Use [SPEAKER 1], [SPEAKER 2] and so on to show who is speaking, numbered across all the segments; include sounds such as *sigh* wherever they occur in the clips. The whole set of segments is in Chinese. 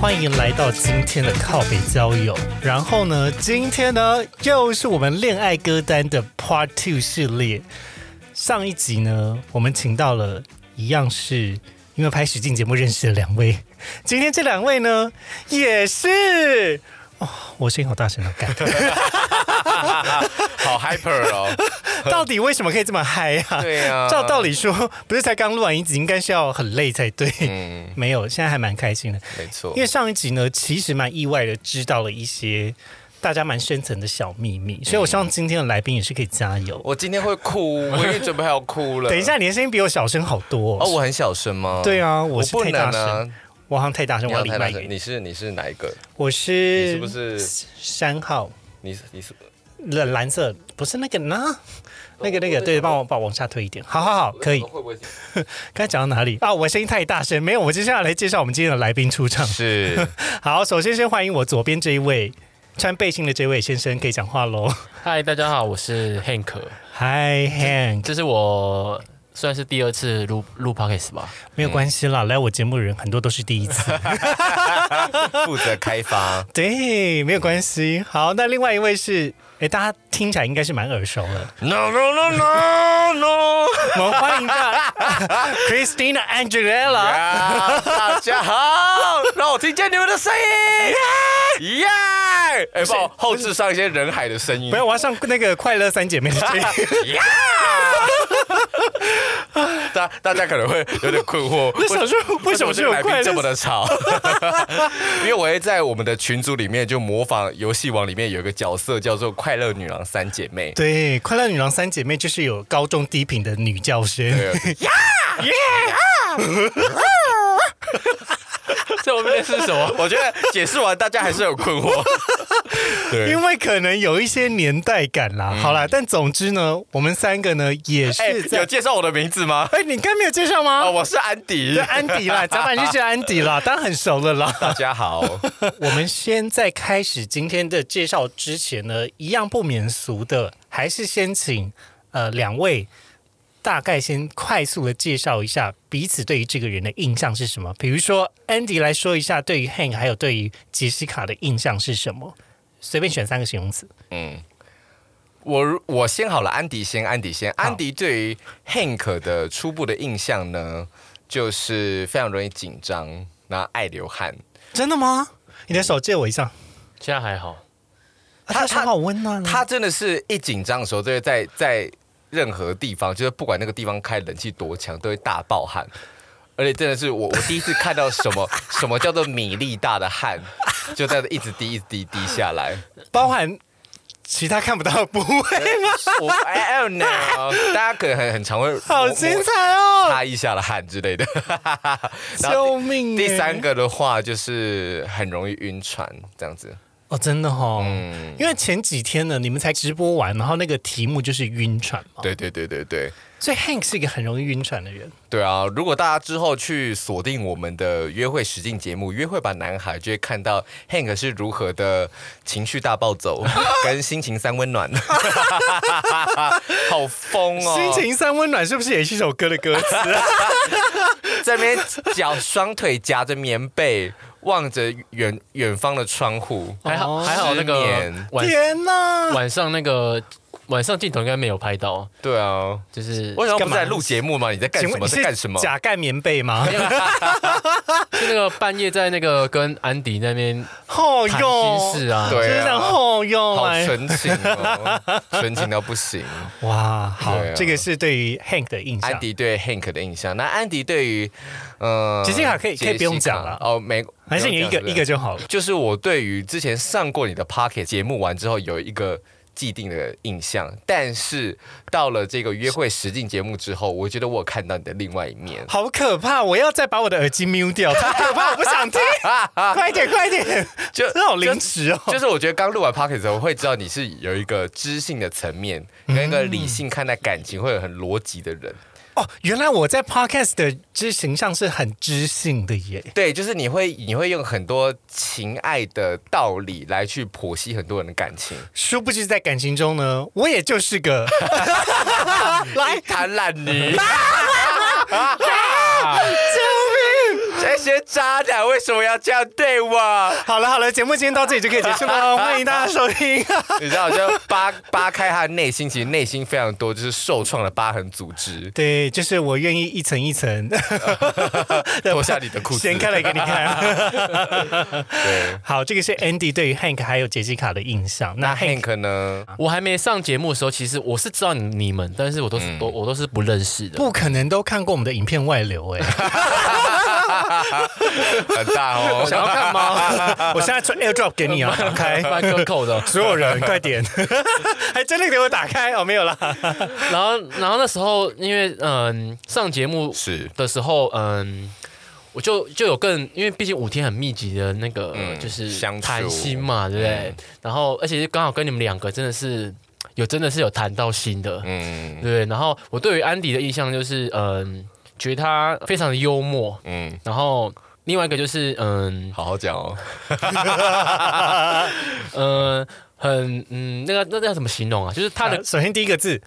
[SPEAKER 1] 欢迎来到今天的靠北交友。然后呢，今天呢又是我们恋爱歌单的 Part Two 系列。上一集呢，我们请到了一样是因为拍实境节目认识的两位，今天这两位呢也是。哦，我声音好大声啊！
[SPEAKER 2] *laughs*
[SPEAKER 1] 干
[SPEAKER 2] 好 hyper 哦，
[SPEAKER 1] 到底为什么可以这么嗨啊？
[SPEAKER 2] *laughs* 对啊
[SPEAKER 1] 照道理说，不是才刚录完一集，应该是要很累才对。
[SPEAKER 2] 嗯，
[SPEAKER 1] 没有，现在还蛮开心的。
[SPEAKER 2] 没错
[SPEAKER 1] 因，为上一集呢，其实蛮意外的，知道了一些大家蛮深层的小秘
[SPEAKER 2] 嗯
[SPEAKER 1] 密，所以我希望今天的来宾也是可以加油。
[SPEAKER 2] 我今天会哭，我已经准备好哭了。
[SPEAKER 1] *laughs* 等一，下，你的声音比我小声好多
[SPEAKER 2] 啊哦，
[SPEAKER 1] 哦。
[SPEAKER 2] 我很小声吗？
[SPEAKER 1] 对啊，我
[SPEAKER 2] 我
[SPEAKER 1] 是
[SPEAKER 2] 不
[SPEAKER 1] 太
[SPEAKER 2] 能
[SPEAKER 1] 大声，
[SPEAKER 2] 啊，
[SPEAKER 1] 我好像太大声，
[SPEAKER 2] 你
[SPEAKER 1] 我要
[SPEAKER 2] 要
[SPEAKER 1] 离
[SPEAKER 2] 太
[SPEAKER 1] 麦
[SPEAKER 2] 大声。
[SPEAKER 1] 远。呃
[SPEAKER 2] 你是你是哪一个？
[SPEAKER 1] 我
[SPEAKER 2] 你
[SPEAKER 1] 是
[SPEAKER 2] 是不是
[SPEAKER 1] 三号？
[SPEAKER 2] 你是你是
[SPEAKER 1] 蓝蓝色不是那个
[SPEAKER 2] 哦
[SPEAKER 1] 呢？那个那个，对，帮我把我往下推一点。好好好，可以。
[SPEAKER 2] 会
[SPEAKER 1] *laughs*
[SPEAKER 2] 不会
[SPEAKER 1] 刚才讲到哪里啊？我声音太大声，没有。我接下来介绍我们今天的来宾出
[SPEAKER 2] *laughs*
[SPEAKER 1] 场。
[SPEAKER 2] 是？
[SPEAKER 1] 好，首先先欢迎我左边这一位穿背心的这位先生，可以讲话喽。
[SPEAKER 3] 嗨，大家好，我是 Hank，
[SPEAKER 1] Hi Hank，
[SPEAKER 3] 这是我算是第二次录录 Podcast 吧。
[SPEAKER 1] 没有关系啦，来我节目的人很多都是第一次，
[SPEAKER 2] 负责开发，
[SPEAKER 1] *laughs* 对，没有关系。好，那另外一位是，哎，大家听起来应该是蛮耳熟 *laughs* 的，
[SPEAKER 2] No no no no no！
[SPEAKER 1] 我们欢迎一下 Christina Angela。
[SPEAKER 2] 啊，大家好，让我听见你们的声
[SPEAKER 1] *laughs*
[SPEAKER 2] 音，耶！哎，不，后置上一些人海的声音
[SPEAKER 1] 不，要，我要上那个快乐三姐妹的这一 *laughs*
[SPEAKER 2] 呀！大大家可能会有点困惑，
[SPEAKER 1] 我想说，为什么是
[SPEAKER 2] 这个
[SPEAKER 1] 有
[SPEAKER 2] 来宾
[SPEAKER 1] 快乐
[SPEAKER 2] 这么的吵？因为我会在我们的群组里面就模仿游戏王里面有一个角色叫做快乐女郎三姐妹。
[SPEAKER 1] 对，快乐女郎三姐妹就是有高中低频的女教师， *laughs*
[SPEAKER 2] *laughs* 对 *laughs*
[SPEAKER 3] 这我们的是什么？
[SPEAKER 2] 我觉得解释完大家还是有困 *laughs* 惑。对，
[SPEAKER 1] 因为可能有一些年代感啦。好啦，但总之呢，我们三个呢也
[SPEAKER 2] 哎、
[SPEAKER 1] 是
[SPEAKER 2] 有
[SPEAKER 1] 在。
[SPEAKER 2] 介绍我的名字 *laughs* 吗？
[SPEAKER 1] 哎、你刚没有介绍吗？
[SPEAKER 2] 啊、我是安迪
[SPEAKER 1] 对，。安迪 *laughs* 啦，甲板就是安迪啦，当然很熟了啦。
[SPEAKER 2] 大家好，
[SPEAKER 1] *laughs* 我们先在开始今天的介绍之前呢，一样不免俗的，还是先请呃两位大概先快速的介绍一下彼此对于这个人的印象是什么。比如说 Andy 来说一下对于 Hank 还有对于杰西卡的印象是什么，随便选三个形容词。
[SPEAKER 2] 我我先好了，安迪先，安迪先。安迪对于 Hank 的初步的印象呢，就是非常容易紧张，然后爱流汗。
[SPEAKER 1] 真的吗？你的手借我一下，
[SPEAKER 3] 现在还好，
[SPEAKER 1] 他他手好温暖啊
[SPEAKER 2] 他真的是一紧张的时候，就会在在任何地方，就是不管那个地方开冷气多强，都会大爆汗。而且真的是我，我第一次看到什么什么叫做米粒大的汗，就在一直滴一直滴滴下来。
[SPEAKER 1] 包含其他看不到的 *laughs* 部位，
[SPEAKER 2] 我 I don't know，大家可能很很常会
[SPEAKER 1] 好精彩哦！
[SPEAKER 2] 擦一下的汗之类的。然后
[SPEAKER 1] 救命、欸
[SPEAKER 2] 第三。个的话就是很容易晕船这样子。
[SPEAKER 1] 哦，真的哦，
[SPEAKER 2] 嗯
[SPEAKER 1] 因为前几天呢，你们才直播完，然后那个题目就是晕船嘛，
[SPEAKER 2] 对对对对对。
[SPEAKER 1] 所以 Hank 是一个很容易晕船的人。
[SPEAKER 2] 对啊，如果大家之后去锁定我们的约会实境节目《约会吧男孩》，就会看到 Hank 是如何的情绪大
[SPEAKER 1] *laughs*
[SPEAKER 2] 暴走，跟心情三温暖，好疯哦！
[SPEAKER 1] 心情三温暖是不是也是一首歌的歌 *laughs* 词？
[SPEAKER 2] 这边脚双腿夹着棉被，望着远远方的窗户，
[SPEAKER 3] 还好、还好那个
[SPEAKER 2] 失眠
[SPEAKER 3] 晚
[SPEAKER 1] 天哪！
[SPEAKER 3] 晚上那个晚上镜头应该没有拍到，
[SPEAKER 2] 对啊，
[SPEAKER 3] 就是
[SPEAKER 2] 为什
[SPEAKER 1] 哦
[SPEAKER 2] 么不是在
[SPEAKER 1] 干嘛
[SPEAKER 2] 录节目吗？你在干
[SPEAKER 1] 请
[SPEAKER 2] 什
[SPEAKER 1] 问
[SPEAKER 2] 么？
[SPEAKER 1] 你
[SPEAKER 2] 在
[SPEAKER 1] 是
[SPEAKER 2] 干什么？啊
[SPEAKER 1] 假盖棉被
[SPEAKER 2] *laughs*
[SPEAKER 1] 吗？
[SPEAKER 3] 就那个半夜在那个跟安迪那边
[SPEAKER 1] 哦
[SPEAKER 3] 谈
[SPEAKER 1] 哟，
[SPEAKER 3] 心事啊。
[SPEAKER 2] 对啊
[SPEAKER 1] 就是这样哦哟，
[SPEAKER 2] 好
[SPEAKER 1] 哎
[SPEAKER 2] 纯情
[SPEAKER 1] *laughs*
[SPEAKER 2] 哦，纯情到不行。
[SPEAKER 1] 哇，好
[SPEAKER 2] 对，啊
[SPEAKER 1] 这个是对于 Hank 的印
[SPEAKER 2] 安
[SPEAKER 1] 象。
[SPEAKER 2] 迪对 Hank 的印象，那安迪对于呃
[SPEAKER 1] 杰西卡可以可以不用
[SPEAKER 2] 杰西卡
[SPEAKER 1] 讲了
[SPEAKER 2] 哦，没
[SPEAKER 1] 还是你一个
[SPEAKER 2] 不用
[SPEAKER 1] 一
[SPEAKER 2] 讲
[SPEAKER 1] 个就好了。。
[SPEAKER 2] 就是我对于之前上过你的 Pocket 节目完之后有一个既定的印象，但是到了这个约会实境节目之后，我觉得我有看到你的另外一面
[SPEAKER 1] *laughs* 好可怕！我要再把我的耳机 mute 掉，太可怕，我不
[SPEAKER 2] *laughs*
[SPEAKER 1] 想听。快点，快点！
[SPEAKER 2] 就
[SPEAKER 1] 真的好临时哦。
[SPEAKER 2] 就是我觉得刚录完 Pocket 之后，会知道你是有一个知性的层面，跟一个理性看待感情，会有很逻辑的人。
[SPEAKER 1] 哦，原来我在 podcast 的知形象是很知性的耶。
[SPEAKER 2] 对，就是你会你会用很多情爱的道理来去剖析很多人的感情。
[SPEAKER 1] 殊不知在感情中呢，我也就是个 *laughs* 来
[SPEAKER 2] 贪婪你，这些渣男为什么要这样对我？
[SPEAKER 1] 好了好了，节目今天到这里就可以结束 *laughs* 了，欢迎大家收听。
[SPEAKER 2] 你知道，就扒扒开他的内心，其实内心非常多，就是受创的疤痕组
[SPEAKER 1] *laughs*
[SPEAKER 2] 织，
[SPEAKER 1] 对，就是我愿意一层一 *laughs* 层
[SPEAKER 2] 脱下你的裤子
[SPEAKER 1] 掀开来给你看。 *laughs*
[SPEAKER 2] 对，
[SPEAKER 1] 好，这个是 Andy 对于 Hank 还有杰西卡的印象。那
[SPEAKER 2] 那
[SPEAKER 1] Hank
[SPEAKER 2] Hank 呢？
[SPEAKER 3] 我还没上节目的时候，其实我是知道你你们，但是我都是都、我都是嗯不认识的。
[SPEAKER 1] 不可能都看过我们的影片外流 *laughs* 哎、
[SPEAKER 2] 很大哦，
[SPEAKER 3] 想要看吗？
[SPEAKER 1] 我现在传 AirDrop 给你啊，打 *laughs* 开。
[SPEAKER 3] 蛮可口的。
[SPEAKER 1] 所有人快 *laughs* 点，还真的给我打开哦，没有啦。
[SPEAKER 3] 然后，然后那时候因为嗯上节目
[SPEAKER 2] 是
[SPEAKER 3] 的时候，嗯，我就就有更，因为毕竟五天很密集的那个、
[SPEAKER 2] 嗯
[SPEAKER 3] 就是
[SPEAKER 2] 相处嗯
[SPEAKER 3] 谈心嘛，对不对？然后而且刚好跟你们两个真的是有真的是有谈到心的，
[SPEAKER 2] 嗯
[SPEAKER 3] 对。然后我对于安迪的印象就是，嗯，觉得他非常的幽默，
[SPEAKER 2] 嗯，
[SPEAKER 3] 然后另外一个就是，嗯
[SPEAKER 2] 好好讲哦，
[SPEAKER 3] 嗯。很嗯，那个那叫怎么形容啊？就是他的
[SPEAKER 1] 首先第一个
[SPEAKER 2] *laughs*
[SPEAKER 1] 字，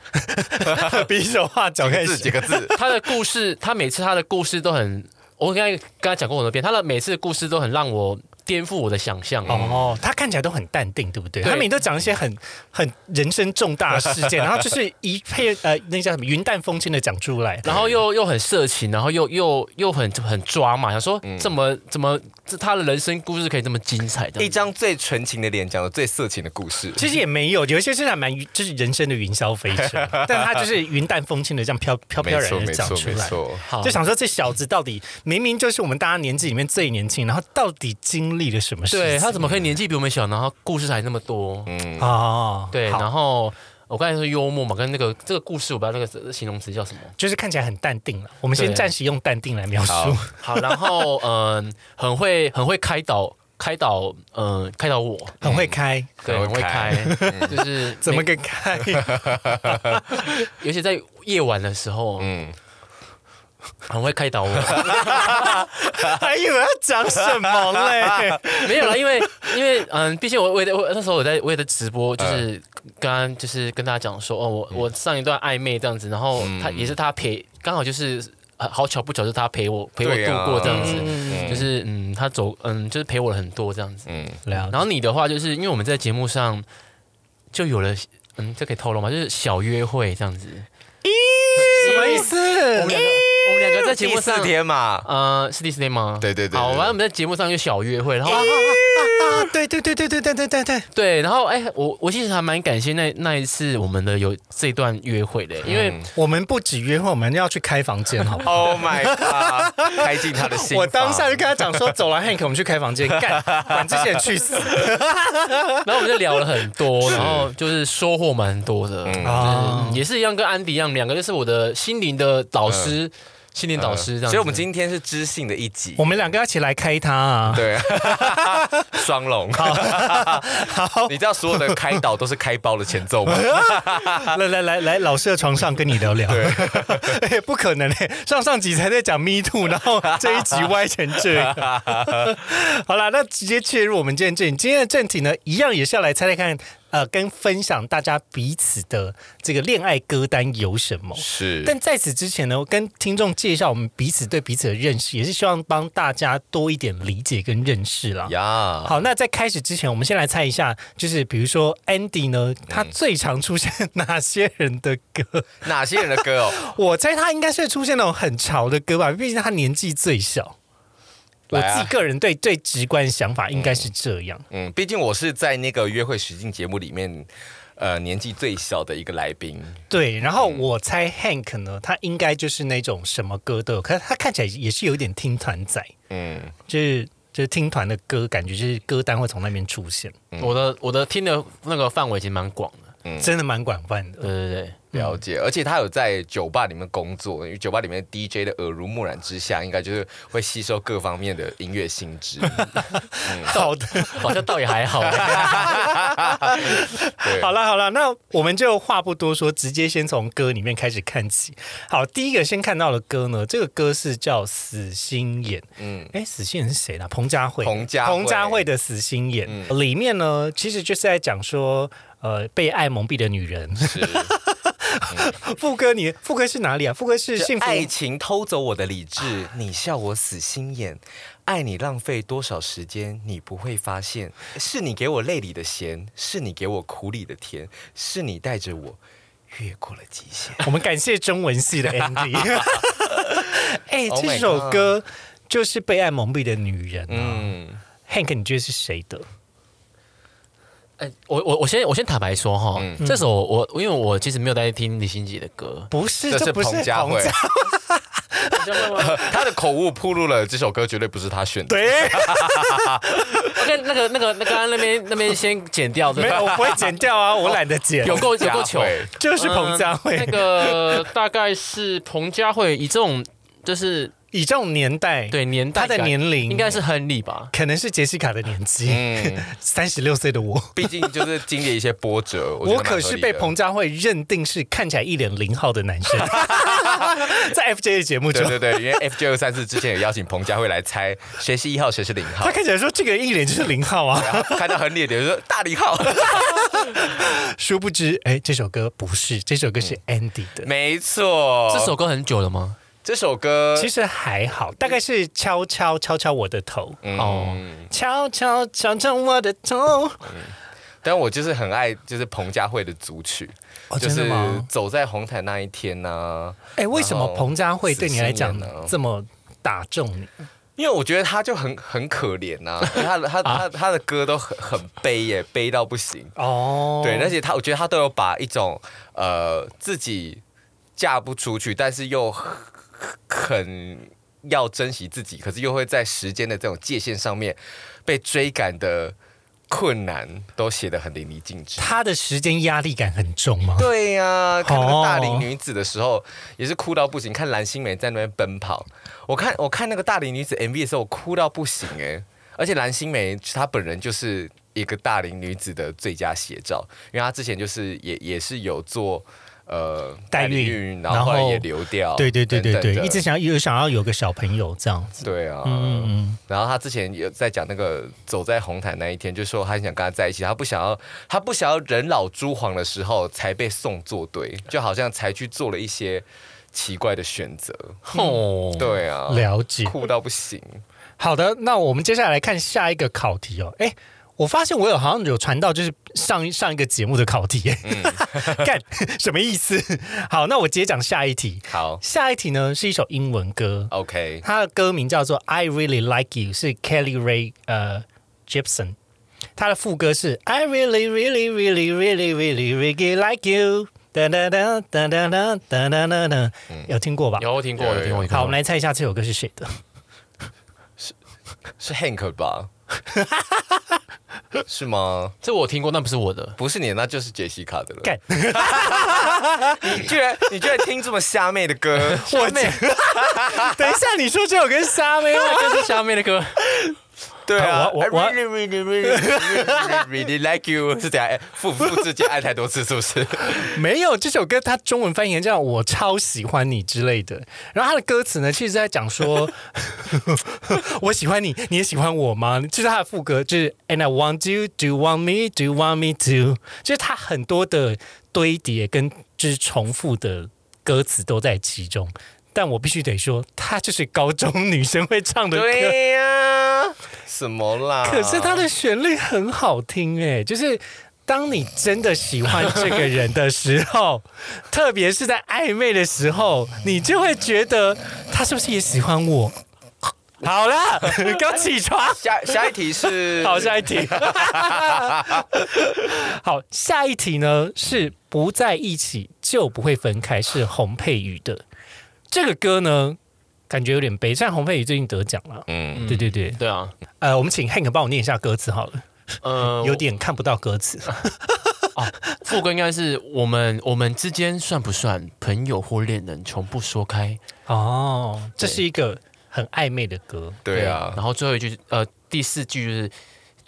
[SPEAKER 1] 比手画脚开
[SPEAKER 2] 字几
[SPEAKER 1] 始。
[SPEAKER 2] 个字，
[SPEAKER 3] *laughs* 他的故事，他每次他的故事都很，我刚才跟他讲过很多遍，他的每次的故事都很让我颠覆我的想象。哦，
[SPEAKER 1] 哦，他看起来都很淡定，对不对？
[SPEAKER 3] 对
[SPEAKER 1] 他每都讲一些很很人生重大的事
[SPEAKER 2] *laughs*
[SPEAKER 1] 件，然后就是一配呃那叫什么云淡风轻的讲出来。
[SPEAKER 3] 然后又又很色情，然后又又又很很抓嘛，想说
[SPEAKER 2] 嗯
[SPEAKER 3] 怎么怎么这他的人生故事可以这么精彩的
[SPEAKER 1] 哎
[SPEAKER 2] 一？张最纯情的脸，讲了最色情的故事，
[SPEAKER 1] 其实也没有，有一些是还蛮就是人生的云霄飞
[SPEAKER 2] *laughs*
[SPEAKER 1] 车，但他就是云淡风轻的这样飘飘飘
[SPEAKER 2] 没
[SPEAKER 1] 然
[SPEAKER 2] 错
[SPEAKER 1] 的
[SPEAKER 2] 没
[SPEAKER 1] 讲
[SPEAKER 2] 错
[SPEAKER 1] 出
[SPEAKER 2] 没
[SPEAKER 1] 来。
[SPEAKER 2] 错，
[SPEAKER 3] 好，
[SPEAKER 1] 就想说这小子到底明明就是我们大家年纪里面最年轻，然后到底经历了什么事情？
[SPEAKER 3] 对他怎么可以年纪比我们小，然后故事还那么多？
[SPEAKER 2] 嗯，
[SPEAKER 1] 哦，
[SPEAKER 3] 对，
[SPEAKER 1] 好
[SPEAKER 3] 然后我刚才说幽默嘛，跟那个这个故事，我不知道那个形容词叫
[SPEAKER 1] *laughs*
[SPEAKER 3] 什么。
[SPEAKER 1] 就是看起来很淡定了。我们先
[SPEAKER 3] 对
[SPEAKER 1] 暂时用淡定来描述。
[SPEAKER 2] 好
[SPEAKER 3] 好，然后嗯，很会很会开导开导嗯开导我，
[SPEAKER 1] *laughs* 很会开，
[SPEAKER 3] 对，很
[SPEAKER 2] 很会
[SPEAKER 3] 会
[SPEAKER 2] 开嗯
[SPEAKER 3] 开，就是
[SPEAKER 1] 怎么个
[SPEAKER 3] 每
[SPEAKER 1] 开？
[SPEAKER 3] 尤其在夜晚的时候，
[SPEAKER 2] 嗯，
[SPEAKER 3] 很会开导我。
[SPEAKER 1] 还以为要讲什么嘞？
[SPEAKER 3] *laughs* 没有啦，因为因为嗯，毕竟我我也在我那时候我在我也在直播，就是刚刚就是跟大家讲说，哦，我我上一段暧昧这样子，然后他也是他陪，刚好就是呃好巧不巧，就是他陪我陪我
[SPEAKER 2] 对啊
[SPEAKER 3] 度过这样子，
[SPEAKER 1] 嗯
[SPEAKER 3] 就是嗯，他走嗯，就是陪我了很多这样子。
[SPEAKER 2] 嗯，
[SPEAKER 1] 了
[SPEAKER 3] 然后你的话，就是因为我们在节目上就有了。嗯，这可以透露吗？就是小约会这样子。
[SPEAKER 1] 什么意
[SPEAKER 3] 我们
[SPEAKER 1] 思？
[SPEAKER 3] 两个，我们两个在节
[SPEAKER 2] 第
[SPEAKER 3] 目
[SPEAKER 2] 四
[SPEAKER 3] 上，
[SPEAKER 1] *laughs*
[SPEAKER 2] 天嘛，
[SPEAKER 3] 呃，是第四天吗？
[SPEAKER 2] 对对对对
[SPEAKER 3] 好，
[SPEAKER 2] 对
[SPEAKER 3] 反正我们在节目上有小约会，然后
[SPEAKER 1] 啊，对对对对对对对对对，
[SPEAKER 3] 对，然后哎、我我其实还蛮感谢那那一次我们的有这段约会
[SPEAKER 2] 嗯
[SPEAKER 3] 的，因为、
[SPEAKER 1] 我们不止约会，我们要去开房间，好不好？
[SPEAKER 2] ，Oh my god，开进他的心，
[SPEAKER 1] 我当下就跟他讲说，走了，Hank，我们去开房间，干，管这些人去死
[SPEAKER 3] 然后我们就聊了很多，然后就是收获蛮多的，
[SPEAKER 2] 嗯
[SPEAKER 3] 嗯！也是一样跟安迪一样，两个就是我的心灵的导师，心灵导师这样子、
[SPEAKER 2] 嗯所以我们今天是知性的一集
[SPEAKER 1] 我，们两个要一起来开他啊！ *laughs*
[SPEAKER 2] 对，双龙， *laughs* 你知道所有的开导都是开包的前
[SPEAKER 1] *laughs*
[SPEAKER 2] 奏吗？
[SPEAKER 1] 来来来来，老师的床上跟你聊聊。 *laughs* 对，不可能嘞！上上集才在讲 Me Too，然后这一集歪成这样。 *laughs* 好啦，那直接切入我们今天正题。今天的正题呢，一样也是要来猜猜看，呃，跟分享大家彼此的这个恋爱歌单有什么。
[SPEAKER 2] 是
[SPEAKER 1] 但在此之前呢，我跟听众介绍我们彼此对彼此的认识，也是希望帮大家多一点理解跟认识啦。
[SPEAKER 2] 呀，
[SPEAKER 1] 好，那在开始之前，我们先来猜一下，就是比如说 Andy 呢，
[SPEAKER 2] 嗯
[SPEAKER 1] 他最常出现哪些人的歌？ *laughs*
[SPEAKER 2] 哪些人的歌哦？
[SPEAKER 1] 我猜他应该是会出现那种很潮的歌吧，毕竟他年纪最小。我
[SPEAKER 2] 来啊
[SPEAKER 1] 自己个人对最直观的想法应该是这样。
[SPEAKER 2] 嗯，毕竟我是在那个约会实境节目里面，呃，年纪最小的一个来宾。
[SPEAKER 1] 对，然后我猜 Hank 呢，他应该就是那种什么歌都有，可是他看起来也是有点听团仔，
[SPEAKER 2] 嗯，
[SPEAKER 1] 就是就是听团的歌，感觉就是歌单会从那边出现，
[SPEAKER 3] 我的我的听的那个范围其实蛮广的，
[SPEAKER 2] 嗯
[SPEAKER 1] 真的蛮广泛的。
[SPEAKER 3] 对对对。
[SPEAKER 2] 了解。而且他有在酒吧里面工作，因为酒吧里面的 DJ 的耳濡目染之下，应该就是会吸收各方面的音乐性 *laughs* 质。嗯
[SPEAKER 1] 好的，
[SPEAKER 3] 好像倒也还
[SPEAKER 2] *laughs*
[SPEAKER 3] 好，
[SPEAKER 2] 对，
[SPEAKER 1] 好了好了，那我们就话不多说，直接先从歌里面开始看起。好，第一个先看到的歌呢，这个歌是叫《死心眼》。
[SPEAKER 2] 嗯，
[SPEAKER 1] 哎，死心眼是谁啦？彭佳慧。
[SPEAKER 2] 彭佳慧嗯
[SPEAKER 1] 彭佳慧的《死心眼》 *laughs* 里面呢，其实就是在讲说，呃，被爱蒙蔽的女人。
[SPEAKER 2] 是
[SPEAKER 1] 副歌你副歌是哪里啊？副歌是幸福。
[SPEAKER 2] 爱情偷走我的理智，你笑我死心眼。爱你浪费多少时间，你不会发现。是你给我泪里的咸，是你给我苦里的甜，是你带着我越过了极限。
[SPEAKER 1] 我们感谢中文系的 Andy。哎、
[SPEAKER 2] Oh my
[SPEAKER 1] 这首歌就是被爱蒙蔽的女人、啊。
[SPEAKER 2] 嗯，
[SPEAKER 1] Hank，你觉得是谁的？，
[SPEAKER 3] 哎，我我我先我先坦白说哈，
[SPEAKER 2] 嗯
[SPEAKER 3] 这首我因为我其实没有在听李心洁的歌
[SPEAKER 2] *laughs*
[SPEAKER 1] 不是，
[SPEAKER 2] 这是
[SPEAKER 1] 不是
[SPEAKER 2] 彭佳慧
[SPEAKER 1] 彭。
[SPEAKER 2] *laughs* 他的口误铺路了，这首歌绝对不是他选的。
[SPEAKER 1] 对，
[SPEAKER 3] 那那个那个那刚刚那边那边先剪掉，对
[SPEAKER 1] 没有，
[SPEAKER 3] 吧？
[SPEAKER 1] 我不会剪掉啊，我懒得剪。
[SPEAKER 3] 有够有够糗
[SPEAKER 2] 佳，慧
[SPEAKER 1] 就是彭佳
[SPEAKER 2] 嗯
[SPEAKER 1] 慧。
[SPEAKER 3] 嗯那个
[SPEAKER 1] *laughs*
[SPEAKER 3] 大概是彭佳慧以这种就是
[SPEAKER 1] 以这种年代，
[SPEAKER 3] 对年代
[SPEAKER 1] 她
[SPEAKER 3] 感
[SPEAKER 1] 的年龄
[SPEAKER 3] 应该是亨利吧？
[SPEAKER 1] 可能是杰西卡的年纪，
[SPEAKER 2] 嗯，
[SPEAKER 1] *laughs* 三十六岁的我。
[SPEAKER 2] 毕竟就是经历一些
[SPEAKER 1] *laughs*
[SPEAKER 2] 波折，我觉得
[SPEAKER 1] 我
[SPEAKER 2] 蛮
[SPEAKER 1] 可
[SPEAKER 2] 合
[SPEAKER 1] 是
[SPEAKER 2] 理
[SPEAKER 1] 被
[SPEAKER 2] 的
[SPEAKER 1] 彭佳慧认定是看起来一脸零号的男生， *laughs* 在 FJ 的节目中
[SPEAKER 2] 对，对对，
[SPEAKER 1] *laughs*
[SPEAKER 2] 因为 F J 三四之前也邀请彭佳慧来猜谁是一号，谁是零
[SPEAKER 1] *laughs*
[SPEAKER 2] 号
[SPEAKER 1] 他。看起来说这个人一脸就是零号啊，
[SPEAKER 2] *laughs* 然后看到很脸的就说大
[SPEAKER 1] *laughs*
[SPEAKER 2] 零号，
[SPEAKER 1] 殊不知，哎，这首歌不是，这首歌是
[SPEAKER 2] 嗯
[SPEAKER 1] Andy 的。
[SPEAKER 2] 没错。
[SPEAKER 3] 这首歌很久了吗？
[SPEAKER 2] 这首歌
[SPEAKER 1] 其实还好，大概是敲敲敲敲我的头，
[SPEAKER 2] 嗯
[SPEAKER 3] 哦，
[SPEAKER 1] 敲敲敲敲我的头。
[SPEAKER 2] 但我就是很爱就是彭佳慧的组曲，
[SPEAKER 1] 哦，
[SPEAKER 2] 就
[SPEAKER 1] 真的
[SPEAKER 2] 是
[SPEAKER 1] 吗？
[SPEAKER 2] 走在红毯那一天啊呢、
[SPEAKER 1] 哎，为什么彭佳慧对你来讲
[SPEAKER 2] 死心眼啊
[SPEAKER 1] 这么打中你？
[SPEAKER 2] 因为我觉得她就很很可怜呐、因为她的她她她的歌都很很悲耶，悲到不行。
[SPEAKER 1] 哦，
[SPEAKER 2] 对，而且她我觉得她都有把一种呃自己嫁不出去，但是又很 *laughs* 很要珍惜自己，可是又会在时间的这种界限上面被追赶的困难，都写得很淋漓尽致。
[SPEAKER 1] 他的时间压力感很重吗？
[SPEAKER 2] 对呀、
[SPEAKER 1] 哦
[SPEAKER 2] 看那个大龄女子的时候，也是哭到不行。看蓝心湄在那边奔跑，我看我看那个大龄女子 MV 的时候，我哭到不行哎、而且蓝心湄她本人就是一个大龄女子的最佳写照，因为她之前就是也也是有做呃
[SPEAKER 1] 代孕
[SPEAKER 2] 孕，然
[SPEAKER 1] 然
[SPEAKER 2] 后后来
[SPEAKER 1] 后
[SPEAKER 2] 也流掉，
[SPEAKER 1] 对对对对
[SPEAKER 2] 等等
[SPEAKER 1] 对，
[SPEAKER 2] 的
[SPEAKER 1] 一直想有想要有个小朋友这样子。
[SPEAKER 2] 对啊，
[SPEAKER 1] 嗯嗯，
[SPEAKER 2] 然后他之前有在讲那个走在红毯那一天，就说他很想跟他在一起，他不想要，他不想要人老珠黄的时候才被送作对，就好像才去做了一些奇怪的选择。
[SPEAKER 3] 哦，
[SPEAKER 2] 对啊，
[SPEAKER 1] 了解。
[SPEAKER 2] *laughs* 酷到不行。
[SPEAKER 1] 好的，那我们接下来看下一个考题哦。哎，我发现我有好像有传到就是上一上一个节目的考题，哎、 *laughs* 干什么意思？好，那我直接讲下一题。
[SPEAKER 2] 好
[SPEAKER 1] 下一题呢是一首英文歌，
[SPEAKER 2] ，OK，
[SPEAKER 1] 它的歌名叫做《I Really Like You》，是 Kelly Ray 呃 Gibson。它的副歌是 I really, really, really, really, really, really like you。哒哒哒哒哒哒哒哒哒哒，有听过吧？
[SPEAKER 3] 嗯有我听过，
[SPEAKER 2] 有
[SPEAKER 3] 有听
[SPEAKER 2] 有
[SPEAKER 3] 过，有听过
[SPEAKER 1] 好，我们来猜一下这首歌是谁的？
[SPEAKER 2] 是 Hank
[SPEAKER 1] *laughs*
[SPEAKER 2] 吧？是吗？
[SPEAKER 3] 这我听过，但不是
[SPEAKER 1] *laughs*
[SPEAKER 3] 我的。
[SPEAKER 2] 不是你，那就是杰西卡的了。
[SPEAKER 1] 干，
[SPEAKER 2] 你居然你居然听这么虾妹的歌，
[SPEAKER 1] *laughs* 我妹，等一下，你说这首歌是虾妹吗？
[SPEAKER 3] 这是虾妹的歌，
[SPEAKER 2] 对啊，
[SPEAKER 1] 我我我
[SPEAKER 2] I really really really
[SPEAKER 1] *laughs*
[SPEAKER 2] really really like you 是怎样？哎复复制键按太多次是不是？
[SPEAKER 1] *laughs* 没有，这首歌它中文翻译叫“我超喜欢你”之类的。然后它的歌词呢，其实在讲说， *laughs* 我喜欢你，你也喜欢我吗？就是它的副歌，就是 “And I want you, do you want me, do you want me to”，就是它很多的堆叠跟就是重复的歌词都在其中。但我必须得说，它就是高中女生会唱的歌。
[SPEAKER 2] 对呀、什么啦？
[SPEAKER 1] 可是它的旋律很好听哎，就是当你真的喜欢这个人的时候，特别是在暧昧的时候，你就会觉得他是不是也喜欢我？好了，刚起床。
[SPEAKER 2] 下下一题 *laughs* 是
[SPEAKER 1] 好，下一题。 *laughs* 好，下一题呢是不在一起就不会分开，是洪佩瑜的这个歌呢，感觉有点悲。虽然洪佩瑜最近得奖了，
[SPEAKER 2] 嗯，
[SPEAKER 1] 对对对。
[SPEAKER 3] 对啊，
[SPEAKER 1] 呃，我们请 Hank 帮我念一下歌词好了。
[SPEAKER 3] 呃，
[SPEAKER 1] 有点看不到歌词。
[SPEAKER 3] 副歌应该是我们我们之间算不算朋友或恋人，从不说开。
[SPEAKER 1] *laughs* 哦，这是一个很暧昧的歌。
[SPEAKER 2] 对啊，
[SPEAKER 3] 然后最后一句，呃，第四句就是，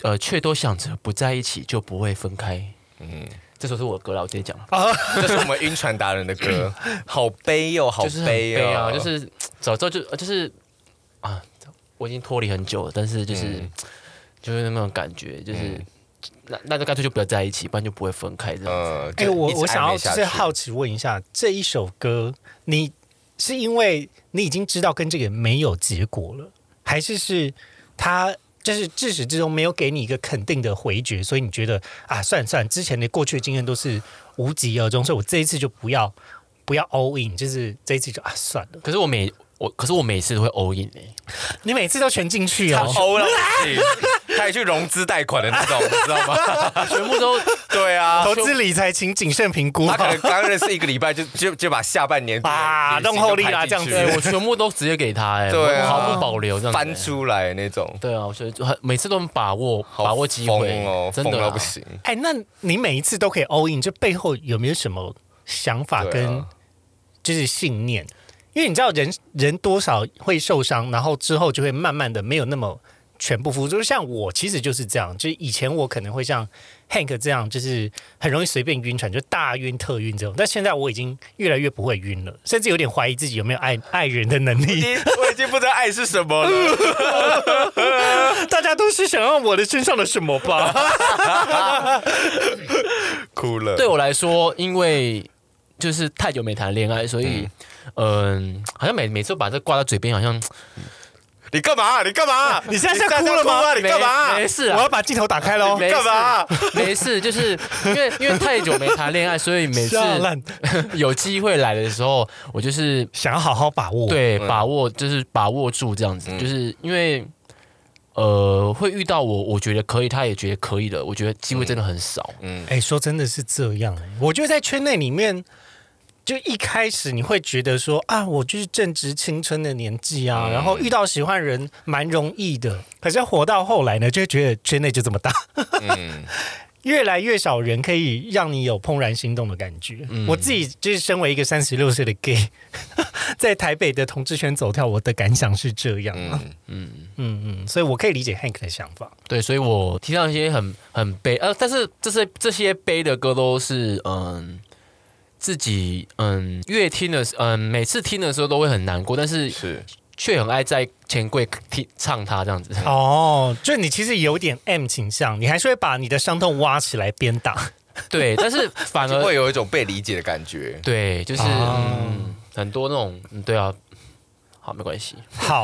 [SPEAKER 3] 呃，却都想着不在一起就不会分开。
[SPEAKER 2] 嗯，
[SPEAKER 3] 这首是我的歌了，我直接讲，
[SPEAKER 2] 这是我们晕船达人的歌，好悲哦，好
[SPEAKER 3] 就是很
[SPEAKER 2] 悲
[SPEAKER 3] 悲
[SPEAKER 2] 哦，
[SPEAKER 3] 啊，就是早知道就呃就是
[SPEAKER 2] 嗯
[SPEAKER 3] 啊，我已经脱离很久了，但是就是、就是那种感觉，就是。那那就干脆就不要在一起，不然就不会分开这样子。
[SPEAKER 2] 呃，
[SPEAKER 1] 哎、
[SPEAKER 2] 就
[SPEAKER 1] 我
[SPEAKER 2] 一直
[SPEAKER 1] 我想
[SPEAKER 2] 暧
[SPEAKER 1] 要
[SPEAKER 2] 昧
[SPEAKER 1] 就
[SPEAKER 2] 下
[SPEAKER 1] 是
[SPEAKER 2] 去
[SPEAKER 1] 好奇问一下，这一首歌你是因为你已经知道跟这个没有结果了，还是是他就是至始至终没有给你一个肯定的回绝，所以你觉得啊，算了算了，之前的过去的经验都是无疾而终，所以我这一次就不要不要 all in，就是这一次就啊算
[SPEAKER 2] 嗯
[SPEAKER 1] 了。
[SPEAKER 3] 可是我每我可是我每次都会 all in 哎、
[SPEAKER 1] 你每次都全进去
[SPEAKER 2] 他
[SPEAKER 1] 哦，
[SPEAKER 2] 欧了不行，他也去融资贷款的那种，你知道吗？
[SPEAKER 3] 啊全
[SPEAKER 2] *laughs*
[SPEAKER 3] 部都
[SPEAKER 2] 对啊，
[SPEAKER 1] 投资理财请谨慎评估哦
[SPEAKER 2] 他。可能刚认识一个礼拜就就就把下半年
[SPEAKER 1] 啊弄后力啦
[SPEAKER 2] 啦，
[SPEAKER 1] 这样子
[SPEAKER 3] 对我全部都直接给他哎、
[SPEAKER 2] 对啊
[SPEAKER 3] 我毫不保留这样子、欸
[SPEAKER 2] 翻出来那种，
[SPEAKER 3] 对啊，我觉得就很每次都很把握
[SPEAKER 2] 好
[SPEAKER 3] 把握机会
[SPEAKER 2] 疯哦，
[SPEAKER 3] 真
[SPEAKER 2] 疯
[SPEAKER 3] 的啊
[SPEAKER 2] 到
[SPEAKER 3] 啦
[SPEAKER 2] 不行。 *laughs*
[SPEAKER 1] 哎，那你每一次都可以 all in，这背后有没有什么想法
[SPEAKER 2] 对啊
[SPEAKER 1] 跟就是信念？因为你知道人人多少会受伤，然后之后就会慢慢的没有那么全部付出。就像我其实就是这样，就是以前我可能会像 Hank 这样，就是很容易随便晕船，就大晕特晕这种。但现在我已经越来越不会晕了，甚至有点怀疑自己有没有爱爱人的能
[SPEAKER 2] 已
[SPEAKER 1] 力。
[SPEAKER 2] 经我已经不知道爱是什么了，
[SPEAKER 1] 大家都是想要我的身上的什么吧？
[SPEAKER 2] 哭了。
[SPEAKER 3] 对我来说，因为就是太久没谈恋爱，所以嗯、好像每每次都把这挂到嘴边，好像
[SPEAKER 2] 你干嘛？你干嘛？
[SPEAKER 1] *laughs* 你现在是
[SPEAKER 2] 大家
[SPEAKER 1] 哭了吗
[SPEAKER 2] 啊你干嘛？
[SPEAKER 3] 没没事
[SPEAKER 1] 我
[SPEAKER 3] 啊
[SPEAKER 1] 要。把镜头打开喽。
[SPEAKER 3] 没事
[SPEAKER 2] 干嘛？
[SPEAKER 3] *laughs* 没事，就是因为因为太久没谈恋爱，所以每次
[SPEAKER 1] 下烂
[SPEAKER 3] 有机会来的时候，我就是
[SPEAKER 1] 想要好好把握。，
[SPEAKER 3] 对
[SPEAKER 2] 嗯
[SPEAKER 3] 把握，就是把握住这样子，
[SPEAKER 2] 嗯
[SPEAKER 3] 就是因为呃会遇到我，我觉得可以，他也觉得可以的，我觉得机会真的很少。
[SPEAKER 2] 嗯，
[SPEAKER 1] 哎、说真的是这样、哎我觉得在圈内里面，就一开始你会觉得说啊，我就是正值青春的年纪啊，
[SPEAKER 2] 嗯
[SPEAKER 1] 然后遇到喜欢人蛮容易的。可是活到后来呢，就会觉得圈内就这么大，
[SPEAKER 2] 嗯
[SPEAKER 1] *laughs* 越来越少人可以让你有怦然心动的感觉。
[SPEAKER 2] 嗯
[SPEAKER 1] 我自己就是身为一个三十六岁的 gay，在台北的同志圈走跳，我的感想是这样、啊。
[SPEAKER 2] 嗯
[SPEAKER 1] *laughs* 嗯嗯，所以我可以理解 Hank 的想法。
[SPEAKER 3] 对，所以我听到一些很很悲，呃，但是这些这些悲的歌都是嗯自己嗯越听的时嗯每次听的时候都会很难过，但是
[SPEAKER 2] 是
[SPEAKER 3] 却很爱在钱柜听唱它这样子。
[SPEAKER 1] 哦，就你其实有点 M 倾向，你还是会把你的伤痛挖起来鞭 *laughs* 打。
[SPEAKER 3] 对，但是反
[SPEAKER 2] 会
[SPEAKER 3] 而
[SPEAKER 2] 有一种被理解的感觉。
[SPEAKER 3] 对，就是、
[SPEAKER 1] 哦
[SPEAKER 3] 嗯、很多那种嗯对啊，好没关系，
[SPEAKER 1] 好，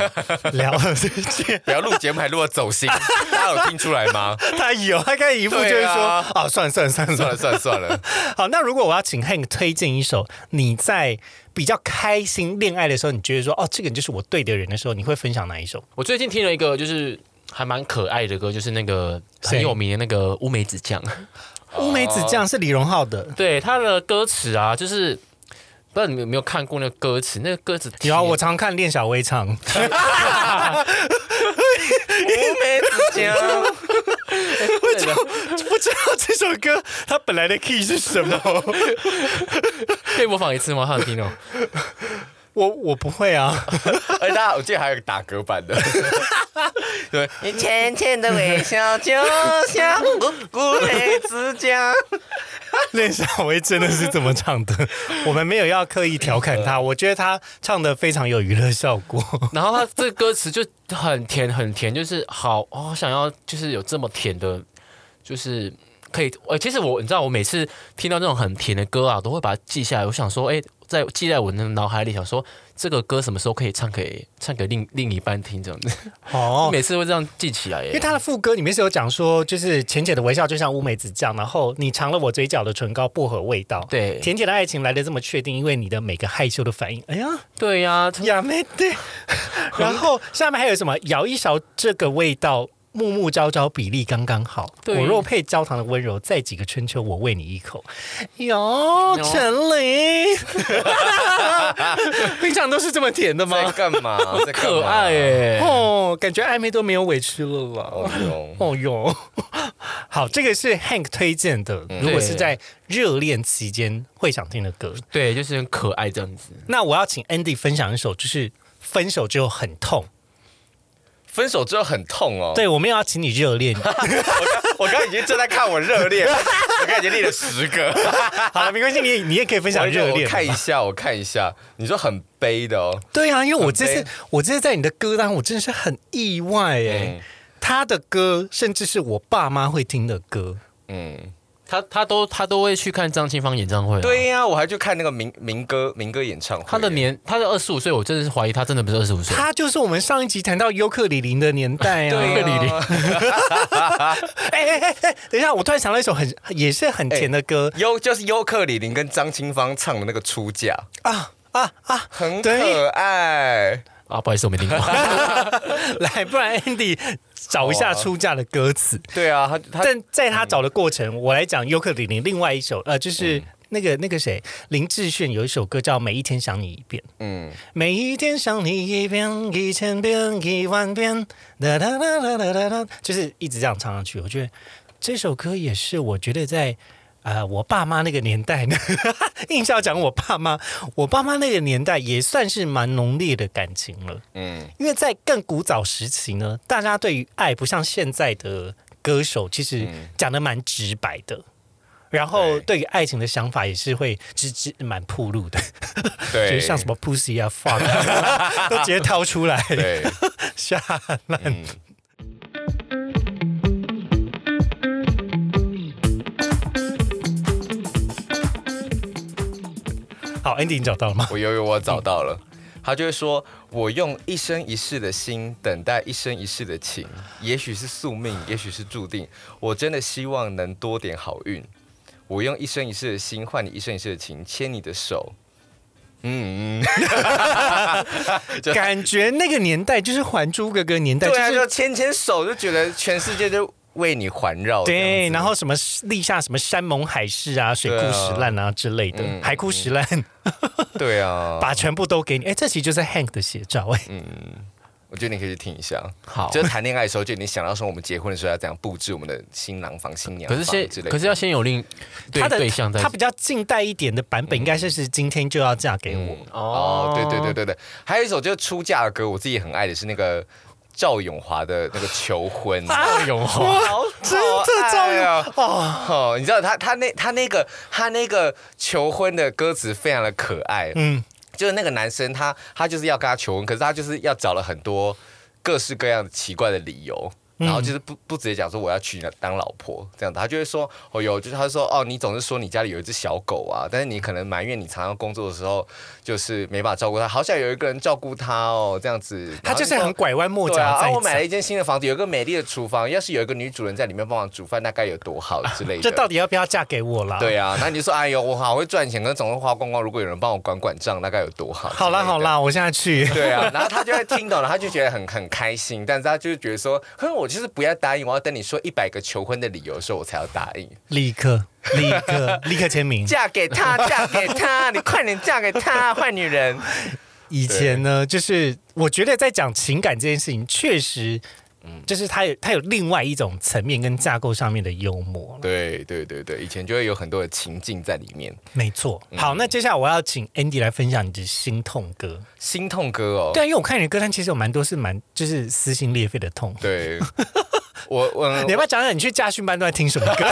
[SPEAKER 1] 聊了这些，
[SPEAKER 2] 不要录节目还录到走 *laughs* 心，大家有听出来吗？
[SPEAKER 1] 他有，他刚才一副就是
[SPEAKER 2] 对
[SPEAKER 1] 说，
[SPEAKER 2] 啊
[SPEAKER 1] 啊、算了算了算了
[SPEAKER 2] 算
[SPEAKER 1] 算
[SPEAKER 2] 了
[SPEAKER 1] 了。
[SPEAKER 2] 算了算了，
[SPEAKER 1] 好，那如果我要请 Hank 推荐一首你在比较开心恋爱的时候，你觉得说，哦，这个人就是我对的人的时候，你会分享哪一首？
[SPEAKER 3] 我最近听了一个就是。还蛮可爱的歌，就是那个很
[SPEAKER 1] 谁
[SPEAKER 3] 有名的那个乌梅子酱。
[SPEAKER 1] *laughs* 乌梅子酱是李荣浩的。
[SPEAKER 3] 对他的歌词啊，就是不知道你们有没有看过那个歌词，那个歌词
[SPEAKER 1] 有啊，我常看练小薇唱，
[SPEAKER 2] 乌梅子酱。
[SPEAKER 1] 我就 *laughs* 不知道这首歌它本来的 key 是什么。
[SPEAKER 3] 可以模仿一次吗？好想听哦。
[SPEAKER 1] *laughs* 我我不会啊，
[SPEAKER 2] 而且哎他，我记得还有个打嗝版 *laughs* 的，对，
[SPEAKER 4] 你浅浅的微笑，就像乌梅子酱。
[SPEAKER 1] *laughs* 练小薇真的是这么唱的，我们没有要刻意调侃他，我觉得他唱的非常有娱乐效果。
[SPEAKER 3] 然后他这个歌词就很甜很甜，就是好，我、想要就是有这么甜的，就是可以。呃，其实我你知道，我每次听到那种很甜的歌啊，都会把它记下来。我想说，哎，在记在我的脑海里，想说这个歌什么时候可以唱给唱给另另一半听这样子。
[SPEAKER 1] 哦，
[SPEAKER 3] 每次会这样记起来耶，
[SPEAKER 1] *laughs* 因为他的副歌里面是有讲说，就是浅浅的微笑就像乌梅子酱，然后你尝了我嘴角的唇膏薄荷味道。
[SPEAKER 3] 对
[SPEAKER 1] 甜甜的爱情来的这么确定，因为你的每个害羞的反应。哎 *laughs* 呀，
[SPEAKER 3] 对啊呀、
[SPEAKER 1] 亚美对。然后下面还有什么？舀一勺这个味道，木木朝朝比例刚刚好。
[SPEAKER 3] 对
[SPEAKER 1] 我若配焦糖的温柔，再几个春秋，我喂你一口。哟，
[SPEAKER 3] 哟
[SPEAKER 1] 陈琳， *laughs* 平常都是这么甜的
[SPEAKER 2] 在
[SPEAKER 1] 吗？
[SPEAKER 2] 干嘛？在干嘛
[SPEAKER 3] 可爱！耶。
[SPEAKER 1] 哦，感觉暧昧都没有委屈了啦。
[SPEAKER 2] 哦哟，
[SPEAKER 1] 哦哟， *laughs* 好，这个是 Hank 推荐的，如果是在热恋期间会想听的歌，
[SPEAKER 3] 对，就是很可爱这样子。
[SPEAKER 1] 那我要请 Andy 分享一首，就是分手之后很痛。
[SPEAKER 2] 分手之后很痛哦。
[SPEAKER 1] 对，我们也要请你热恋。
[SPEAKER 2] 我刚，我刚刚已经正在看我热恋， *laughs* 我刚刚已经列了十个。
[SPEAKER 1] 好了，没关系，你你也可以分享热
[SPEAKER 2] 我
[SPEAKER 1] 恋。
[SPEAKER 2] 看一下，我看一下，你说很悲的哦。
[SPEAKER 1] 对啊，因为我这
[SPEAKER 2] 很
[SPEAKER 1] 次我这次在你的歌单，我真的是很意外哎、
[SPEAKER 2] 嗯
[SPEAKER 1] 他的歌甚至是我爸妈会听的歌，
[SPEAKER 2] 嗯，
[SPEAKER 3] 他他都他都会去看张清芳演唱会、啊。
[SPEAKER 2] 对呀、我还去看那个民民歌民歌演唱会，
[SPEAKER 3] 他的年，他的二十五岁，我真的是怀疑他真的不是二十五岁。
[SPEAKER 1] 他就是我们上一集谈到尤克里里的年代啊。
[SPEAKER 2] 对呀、
[SPEAKER 1] 哎哎哎哎，等一下，我突然想到一首很也是很甜的歌、
[SPEAKER 2] 尤就是尤克里林跟张清芳唱的那个出嫁，
[SPEAKER 1] 啊啊啊！
[SPEAKER 2] 很
[SPEAKER 1] 对
[SPEAKER 2] 可爱。
[SPEAKER 3] 啊，不好意思，我没听过。
[SPEAKER 1] 来，不然 Andy 找一下出嫁的歌词。
[SPEAKER 2] 对啊，他他
[SPEAKER 1] 但在他找的过程，我来讲尤克里里另外一首，呃，就是那个、那个谁，林志炫有一首歌叫《每一天想你一遍》，
[SPEAKER 2] 嗯，
[SPEAKER 1] 每一天想你一遍，一千遍，一万遍，哒哒哒哒哒哒哒，就是一直这样唱上去。我觉得这首歌也是，我觉得在。呃，我爸妈那个年代呢， *laughs* 硬是要讲我爸妈，我爸妈那个年代也算是蛮浓烈的感情了。
[SPEAKER 2] 嗯，
[SPEAKER 1] 因为在更古早时期呢，大家对于爱不像现在的歌手，其实
[SPEAKER 2] 嗯
[SPEAKER 1] 讲的蛮直白的。然后对于爱情的想法也是会直直蛮铺路的，就
[SPEAKER 2] 对，
[SPEAKER 1] 是像什么 pussy 啊、fuck
[SPEAKER 2] *laughs*
[SPEAKER 1] 啊都直接掏出来，
[SPEAKER 2] 对，
[SPEAKER 1] 下烂。
[SPEAKER 2] 嗯，
[SPEAKER 1] 好，Andy 你找到了吗？
[SPEAKER 2] 我由于我找到了，他就会说：“我用一生一世的心等待一生一世的情，也许是宿命，也许是注定。我真的希望能多点好运。我用一生一世的心换你一生一世的情，牵你的手。”嗯，嗯就
[SPEAKER 1] 感觉那个年代就是《还珠格格》年代，
[SPEAKER 2] 对啊，
[SPEAKER 1] 就
[SPEAKER 2] 就是牵牵手，就觉得全世界就为你环绕这样子。
[SPEAKER 1] 对，然后什么立下什么山盟海誓啊、水
[SPEAKER 2] 对
[SPEAKER 1] 库
[SPEAKER 2] 啊
[SPEAKER 1] 石烂啊之类的，
[SPEAKER 2] 嗯
[SPEAKER 1] 海枯石烂，
[SPEAKER 2] 对
[SPEAKER 1] *laughs*
[SPEAKER 2] 啊，
[SPEAKER 1] 把全部都给你。哎，这其实就是 Hank 的写照哎。
[SPEAKER 2] 嗯我觉得你可以去听一下。
[SPEAKER 3] 好
[SPEAKER 2] 就是谈恋爱的时候，就已经想到说我们结婚的时候要怎样布置我们的新郎房、新娘
[SPEAKER 3] 可
[SPEAKER 2] 房
[SPEAKER 3] 是先
[SPEAKER 2] 之类，的。
[SPEAKER 3] 可是要先有另对
[SPEAKER 1] 他的
[SPEAKER 3] 对象在
[SPEAKER 1] 他比较近代一点的版本，应该就是今天就要嫁给我。
[SPEAKER 2] 嗯
[SPEAKER 3] 哦
[SPEAKER 2] 哦，对对对对对，还有一首就是出嫁的歌，我自己很爱的是那个赵咏华的那个求
[SPEAKER 3] *laughs*
[SPEAKER 2] 婚。
[SPEAKER 3] 赵咏华，
[SPEAKER 2] 好
[SPEAKER 1] 真的赵咏
[SPEAKER 2] 啊！哦，你知道他他那他那个他那个求婚的歌词非常的可爱，
[SPEAKER 1] 嗯，
[SPEAKER 2] 就是那个男生他他就是要跟他求婚，可是他就是要找了很多各式各样的奇怪的理由。然后就是不不直接讲说我要娶你当老婆这样子，他就会说哦有，就是他说哦你总是说你家里有一只小狗啊，但是你可能埋怨你常常工作的时候就是没办法照顾它，好想有一个人照顾它哦这样子。
[SPEAKER 1] 他就是很拐弯抹角
[SPEAKER 2] 对啊，啊
[SPEAKER 1] 在
[SPEAKER 2] 我买了
[SPEAKER 1] 讲。
[SPEAKER 2] 一间新的房子，有一个美丽的厨房，要是有一个女主人在里面帮忙煮饭，那该有多好之类
[SPEAKER 1] *laughs*
[SPEAKER 2] 的。
[SPEAKER 1] 这到底要不要嫁给我啦？
[SPEAKER 2] 对啊，那你就说哎呦我好会赚钱，可是总是花光光，如果有人帮我管管账，那该有多好。
[SPEAKER 1] 好啦
[SPEAKER 2] 之类的
[SPEAKER 1] 好。啦，我现在
[SPEAKER 2] *laughs*
[SPEAKER 1] 去。
[SPEAKER 2] 对啊，然后他就会听懂了，他就觉得很很开心，但是他就觉得说，哼，我就是不要答应，我要等你说一百个求婚的理由的时候，我才要答应，
[SPEAKER 1] 立刻立
[SPEAKER 2] *laughs*
[SPEAKER 1] 刻立刻签名。
[SPEAKER 2] 嫁给他，嫁给他，你快点嫁给他，坏女人。
[SPEAKER 1] 以前呢，就是我觉得在讲情感这件事情，确实，
[SPEAKER 2] 嗯
[SPEAKER 1] 就是他有他有另外一种层面跟架构上面的幽默。
[SPEAKER 2] 对对对对，以前就会有很多的情境在里面，
[SPEAKER 1] 没错。好，那接下来我要请 Andy 来分享你的心痛歌。
[SPEAKER 2] 心痛歌哦。
[SPEAKER 1] 对啊，因为我看你的歌单，其实有蛮多是蛮就是撕心裂肺的痛。
[SPEAKER 2] 对，我我
[SPEAKER 1] 你要不要讲讲你去驾训班都在听什么歌？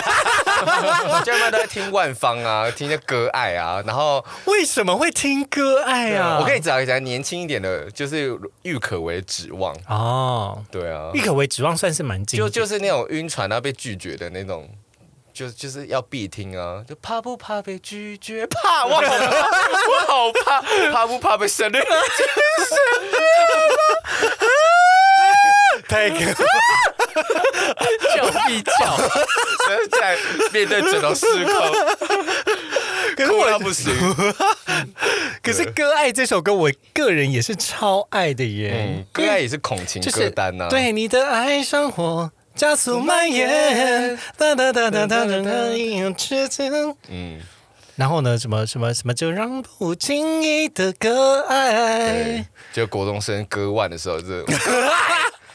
[SPEAKER 2] 我家妈都在听万芳啊，听一些歌爱啊，然后
[SPEAKER 1] 为什么会听歌爱啊？
[SPEAKER 2] 我可以讲一讲年轻一点的，就是郁可唯的《指望》。
[SPEAKER 1] 哦，
[SPEAKER 2] 对啊，
[SPEAKER 1] 郁可唯指望算是蛮经
[SPEAKER 2] 就
[SPEAKER 1] 典，
[SPEAKER 2] 就是那种晕船啊被拒绝的那种，就就是要必听啊，就怕不怕被拒绝？怕，我好怕，我好怕，怕不怕被省略？
[SPEAKER 1] 太可
[SPEAKER 3] 叫必叫，
[SPEAKER 2] 真的在面对整个失控，
[SPEAKER 1] 可是
[SPEAKER 2] 哭到
[SPEAKER 1] 我
[SPEAKER 2] 不行。
[SPEAKER 1] 可是歌爱这首歌，我个人也是超爱的耶
[SPEAKER 2] 嗯，，歌爱也是孔情
[SPEAKER 1] 就是
[SPEAKER 2] 歌单呐、啊，
[SPEAKER 1] 对你的爱上火。加速蔓延，哒哒哒哒哒哒哒，一夜之间。
[SPEAKER 2] 嗯，
[SPEAKER 1] 然后呢，什么什么什么，就让不经意的割爱哎
[SPEAKER 2] 对。，就国中生歌腕的时候，
[SPEAKER 1] *laughs*
[SPEAKER 2] 就是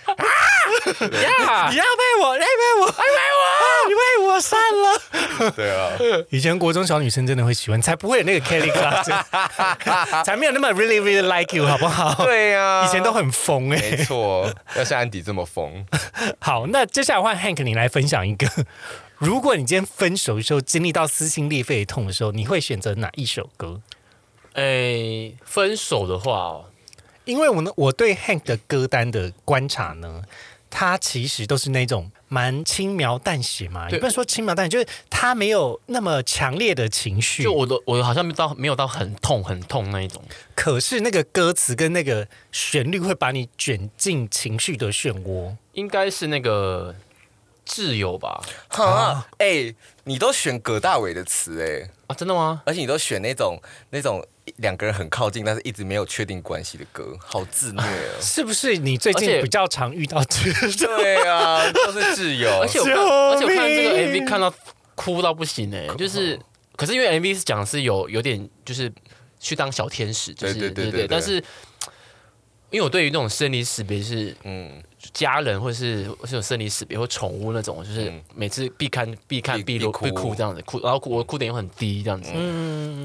[SPEAKER 1] 你要为我，来为我，来为我，你为我散了。
[SPEAKER 2] 对啊，
[SPEAKER 1] 以前国中小女生真的会喜欢，才不会有那个 Kelly Clarkson，才没有那么 really really like you，好不好？
[SPEAKER 2] 对啊，
[SPEAKER 1] 以前都很疯哎、
[SPEAKER 2] 没错，哦要像安迪这么疯，
[SPEAKER 1] *laughs* 好，那接下来换 Hank 你来分享一个，如果你今天分手的时候经历到撕心裂肺的痛的时候，你会选择哪一首歌？
[SPEAKER 3] *laughs* 哎，分手的话哦，
[SPEAKER 1] 因为我呢，我对 Hank 的歌单的观察呢，他其实都是那种蛮轻描淡写嘛，也
[SPEAKER 3] 对
[SPEAKER 1] 不能说轻描淡写，就是他没有那么强烈的情绪，
[SPEAKER 3] 就我的我好像没有到没有到很痛很痛那一种，
[SPEAKER 1] 可是那个歌词跟那个旋律会把你卷进情绪的漩涡。。
[SPEAKER 3] 应该是那个挚友吧？
[SPEAKER 2] 哈， *laughs* 哎、你都选葛大伟的词哎、
[SPEAKER 3] 啊，真的吗？
[SPEAKER 2] 而且你都选那种那种两个人很靠近，但是一直没有确定关系的歌，好自虐哦
[SPEAKER 1] 是不是你最
[SPEAKER 3] 而
[SPEAKER 1] 近
[SPEAKER 3] 且
[SPEAKER 1] 比较常遇到这
[SPEAKER 3] *laughs*
[SPEAKER 1] 种？
[SPEAKER 2] *laughs* 对啊，都 *laughs* 是挚友，
[SPEAKER 3] 而且我看，
[SPEAKER 1] 救命
[SPEAKER 3] 而且我看这个 MV 看到哭到不行哎、就是，可是因为 MV 是讲是有有点就是去当小天使，就是
[SPEAKER 2] 对对对对对
[SPEAKER 3] 但是因为我对于那种生离死别是
[SPEAKER 2] 嗯，
[SPEAKER 3] 家人或是或是有生离死别或宠物那种，就是
[SPEAKER 2] 嗯
[SPEAKER 3] 每次必看必看
[SPEAKER 2] 必
[SPEAKER 3] 必落
[SPEAKER 2] 必哭
[SPEAKER 3] 必哭这样子，哭然后哭我哭点又很低这样子，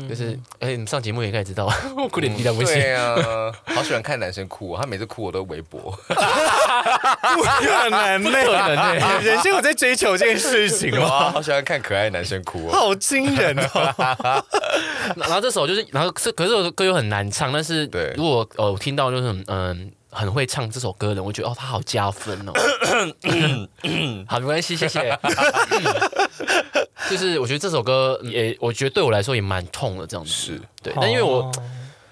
[SPEAKER 3] 就是哎、你们上节目也应该知道， *laughs* 我哭点低到不行。
[SPEAKER 2] 嗯对 *laughs* 啊，好喜欢看男生哭、哦，他每次哭我都微 *laughs* 博。
[SPEAKER 1] 不可能嘞！
[SPEAKER 3] 可能欸
[SPEAKER 1] 人生有在追求这件事情
[SPEAKER 2] 有
[SPEAKER 3] *laughs*
[SPEAKER 1] 吗？
[SPEAKER 2] 啊， *laughs* 好喜欢看可爱的男生 *laughs* 哭哦。
[SPEAKER 1] 好惊人哦！
[SPEAKER 3] *laughs* 然后这首就是，然后这可是这首歌又很难唱，但是
[SPEAKER 2] 对
[SPEAKER 3] 如果哦我听到就是很嗯很会唱这首歌的人，我觉得哦他好加分
[SPEAKER 2] *coughs*
[SPEAKER 3] 哦。好，没关系，
[SPEAKER 2] *laughs*
[SPEAKER 3] 谢谢。就是我觉得这首歌也，我觉得对我来说也蛮痛的，这样子。
[SPEAKER 2] 是
[SPEAKER 3] 对，但因为我
[SPEAKER 1] 哦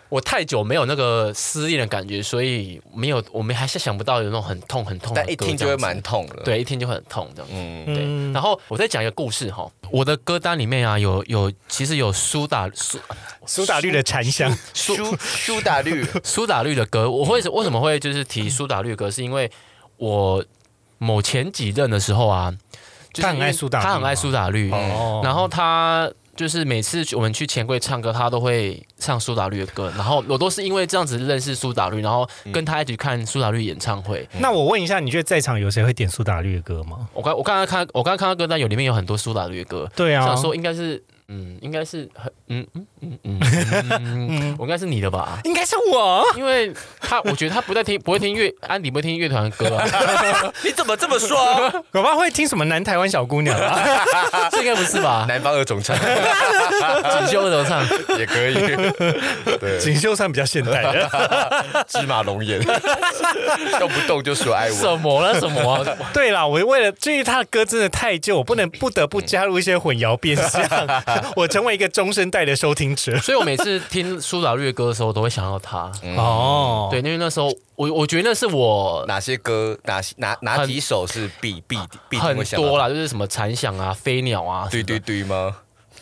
[SPEAKER 3] 我太久没有那个撕裂的感觉，所以没有，我们还是想不到有那种很痛很痛的歌
[SPEAKER 2] 但
[SPEAKER 3] 这
[SPEAKER 2] 一听
[SPEAKER 3] 样子，
[SPEAKER 2] 就会蛮痛了。，
[SPEAKER 3] 对，一听就很痛这样子。
[SPEAKER 2] 嗯，
[SPEAKER 3] 对，然后我再讲一个故事哈，我的歌单里面啊，有有其实有苏打苏
[SPEAKER 1] 苏打绿的禅香，
[SPEAKER 2] 苏苏打 *laughs* 绿，
[SPEAKER 3] 苏打绿的歌，我会为什么会就是提苏打绿的歌，是因为我某前几任的时候啊，就是
[SPEAKER 1] 他很爱苏打绿
[SPEAKER 3] 他很爱苏打绿，
[SPEAKER 2] 嗯
[SPEAKER 1] 哦
[SPEAKER 3] 然后他就是每次我们去钱柜唱歌，他都会唱苏打绿的歌，然后我都是因为这样子认识苏打绿，然后跟他一起看苏打绿演唱会。
[SPEAKER 1] 那我问一下，你觉得在场有谁会点苏打绿的歌吗？
[SPEAKER 3] 我刚我刚刚看我刚刚看到歌单有里面有很多苏打绿的歌，
[SPEAKER 1] 对啊
[SPEAKER 3] 想，说应该是嗯应该是很嗯嗯嗯嗯嗯嗯，我应该是你的吧。
[SPEAKER 1] 应该是我。
[SPEAKER 3] 因为他，我觉得他不在听，不会听乐，安迪不会听乐团的歌啊，
[SPEAKER 2] 你怎么这么说？
[SPEAKER 1] 搞不好会听什么南台湾小姑娘啊？
[SPEAKER 3] 这应该不是吧？
[SPEAKER 2] 南方二重 *laughs* 唱
[SPEAKER 3] 锦绣二楼唱，
[SPEAKER 2] 也可以，对，
[SPEAKER 1] 锦绣算比较现代的。
[SPEAKER 2] *laughs* 芝麻龙 *laughs* 眼，动不动就说爱我。
[SPEAKER 3] 什么了什么啊？
[SPEAKER 1] 对啦，我为了至于他的歌真的太旧，我不能不得不加入一些混淆变相，我成为一个中生代的收听者。
[SPEAKER 3] 所以我每次听苏打绿的歌的时候，我都会想到他。
[SPEAKER 1] 哦，
[SPEAKER 3] 对，因为那时候我我觉得那是我
[SPEAKER 2] 哪些歌？哪哪哪
[SPEAKER 3] 很
[SPEAKER 2] 几首是必必必定
[SPEAKER 3] 很
[SPEAKER 2] 会想到
[SPEAKER 3] 多啦，就是什么残响啊、飞鸟啊，
[SPEAKER 2] 对对对吗？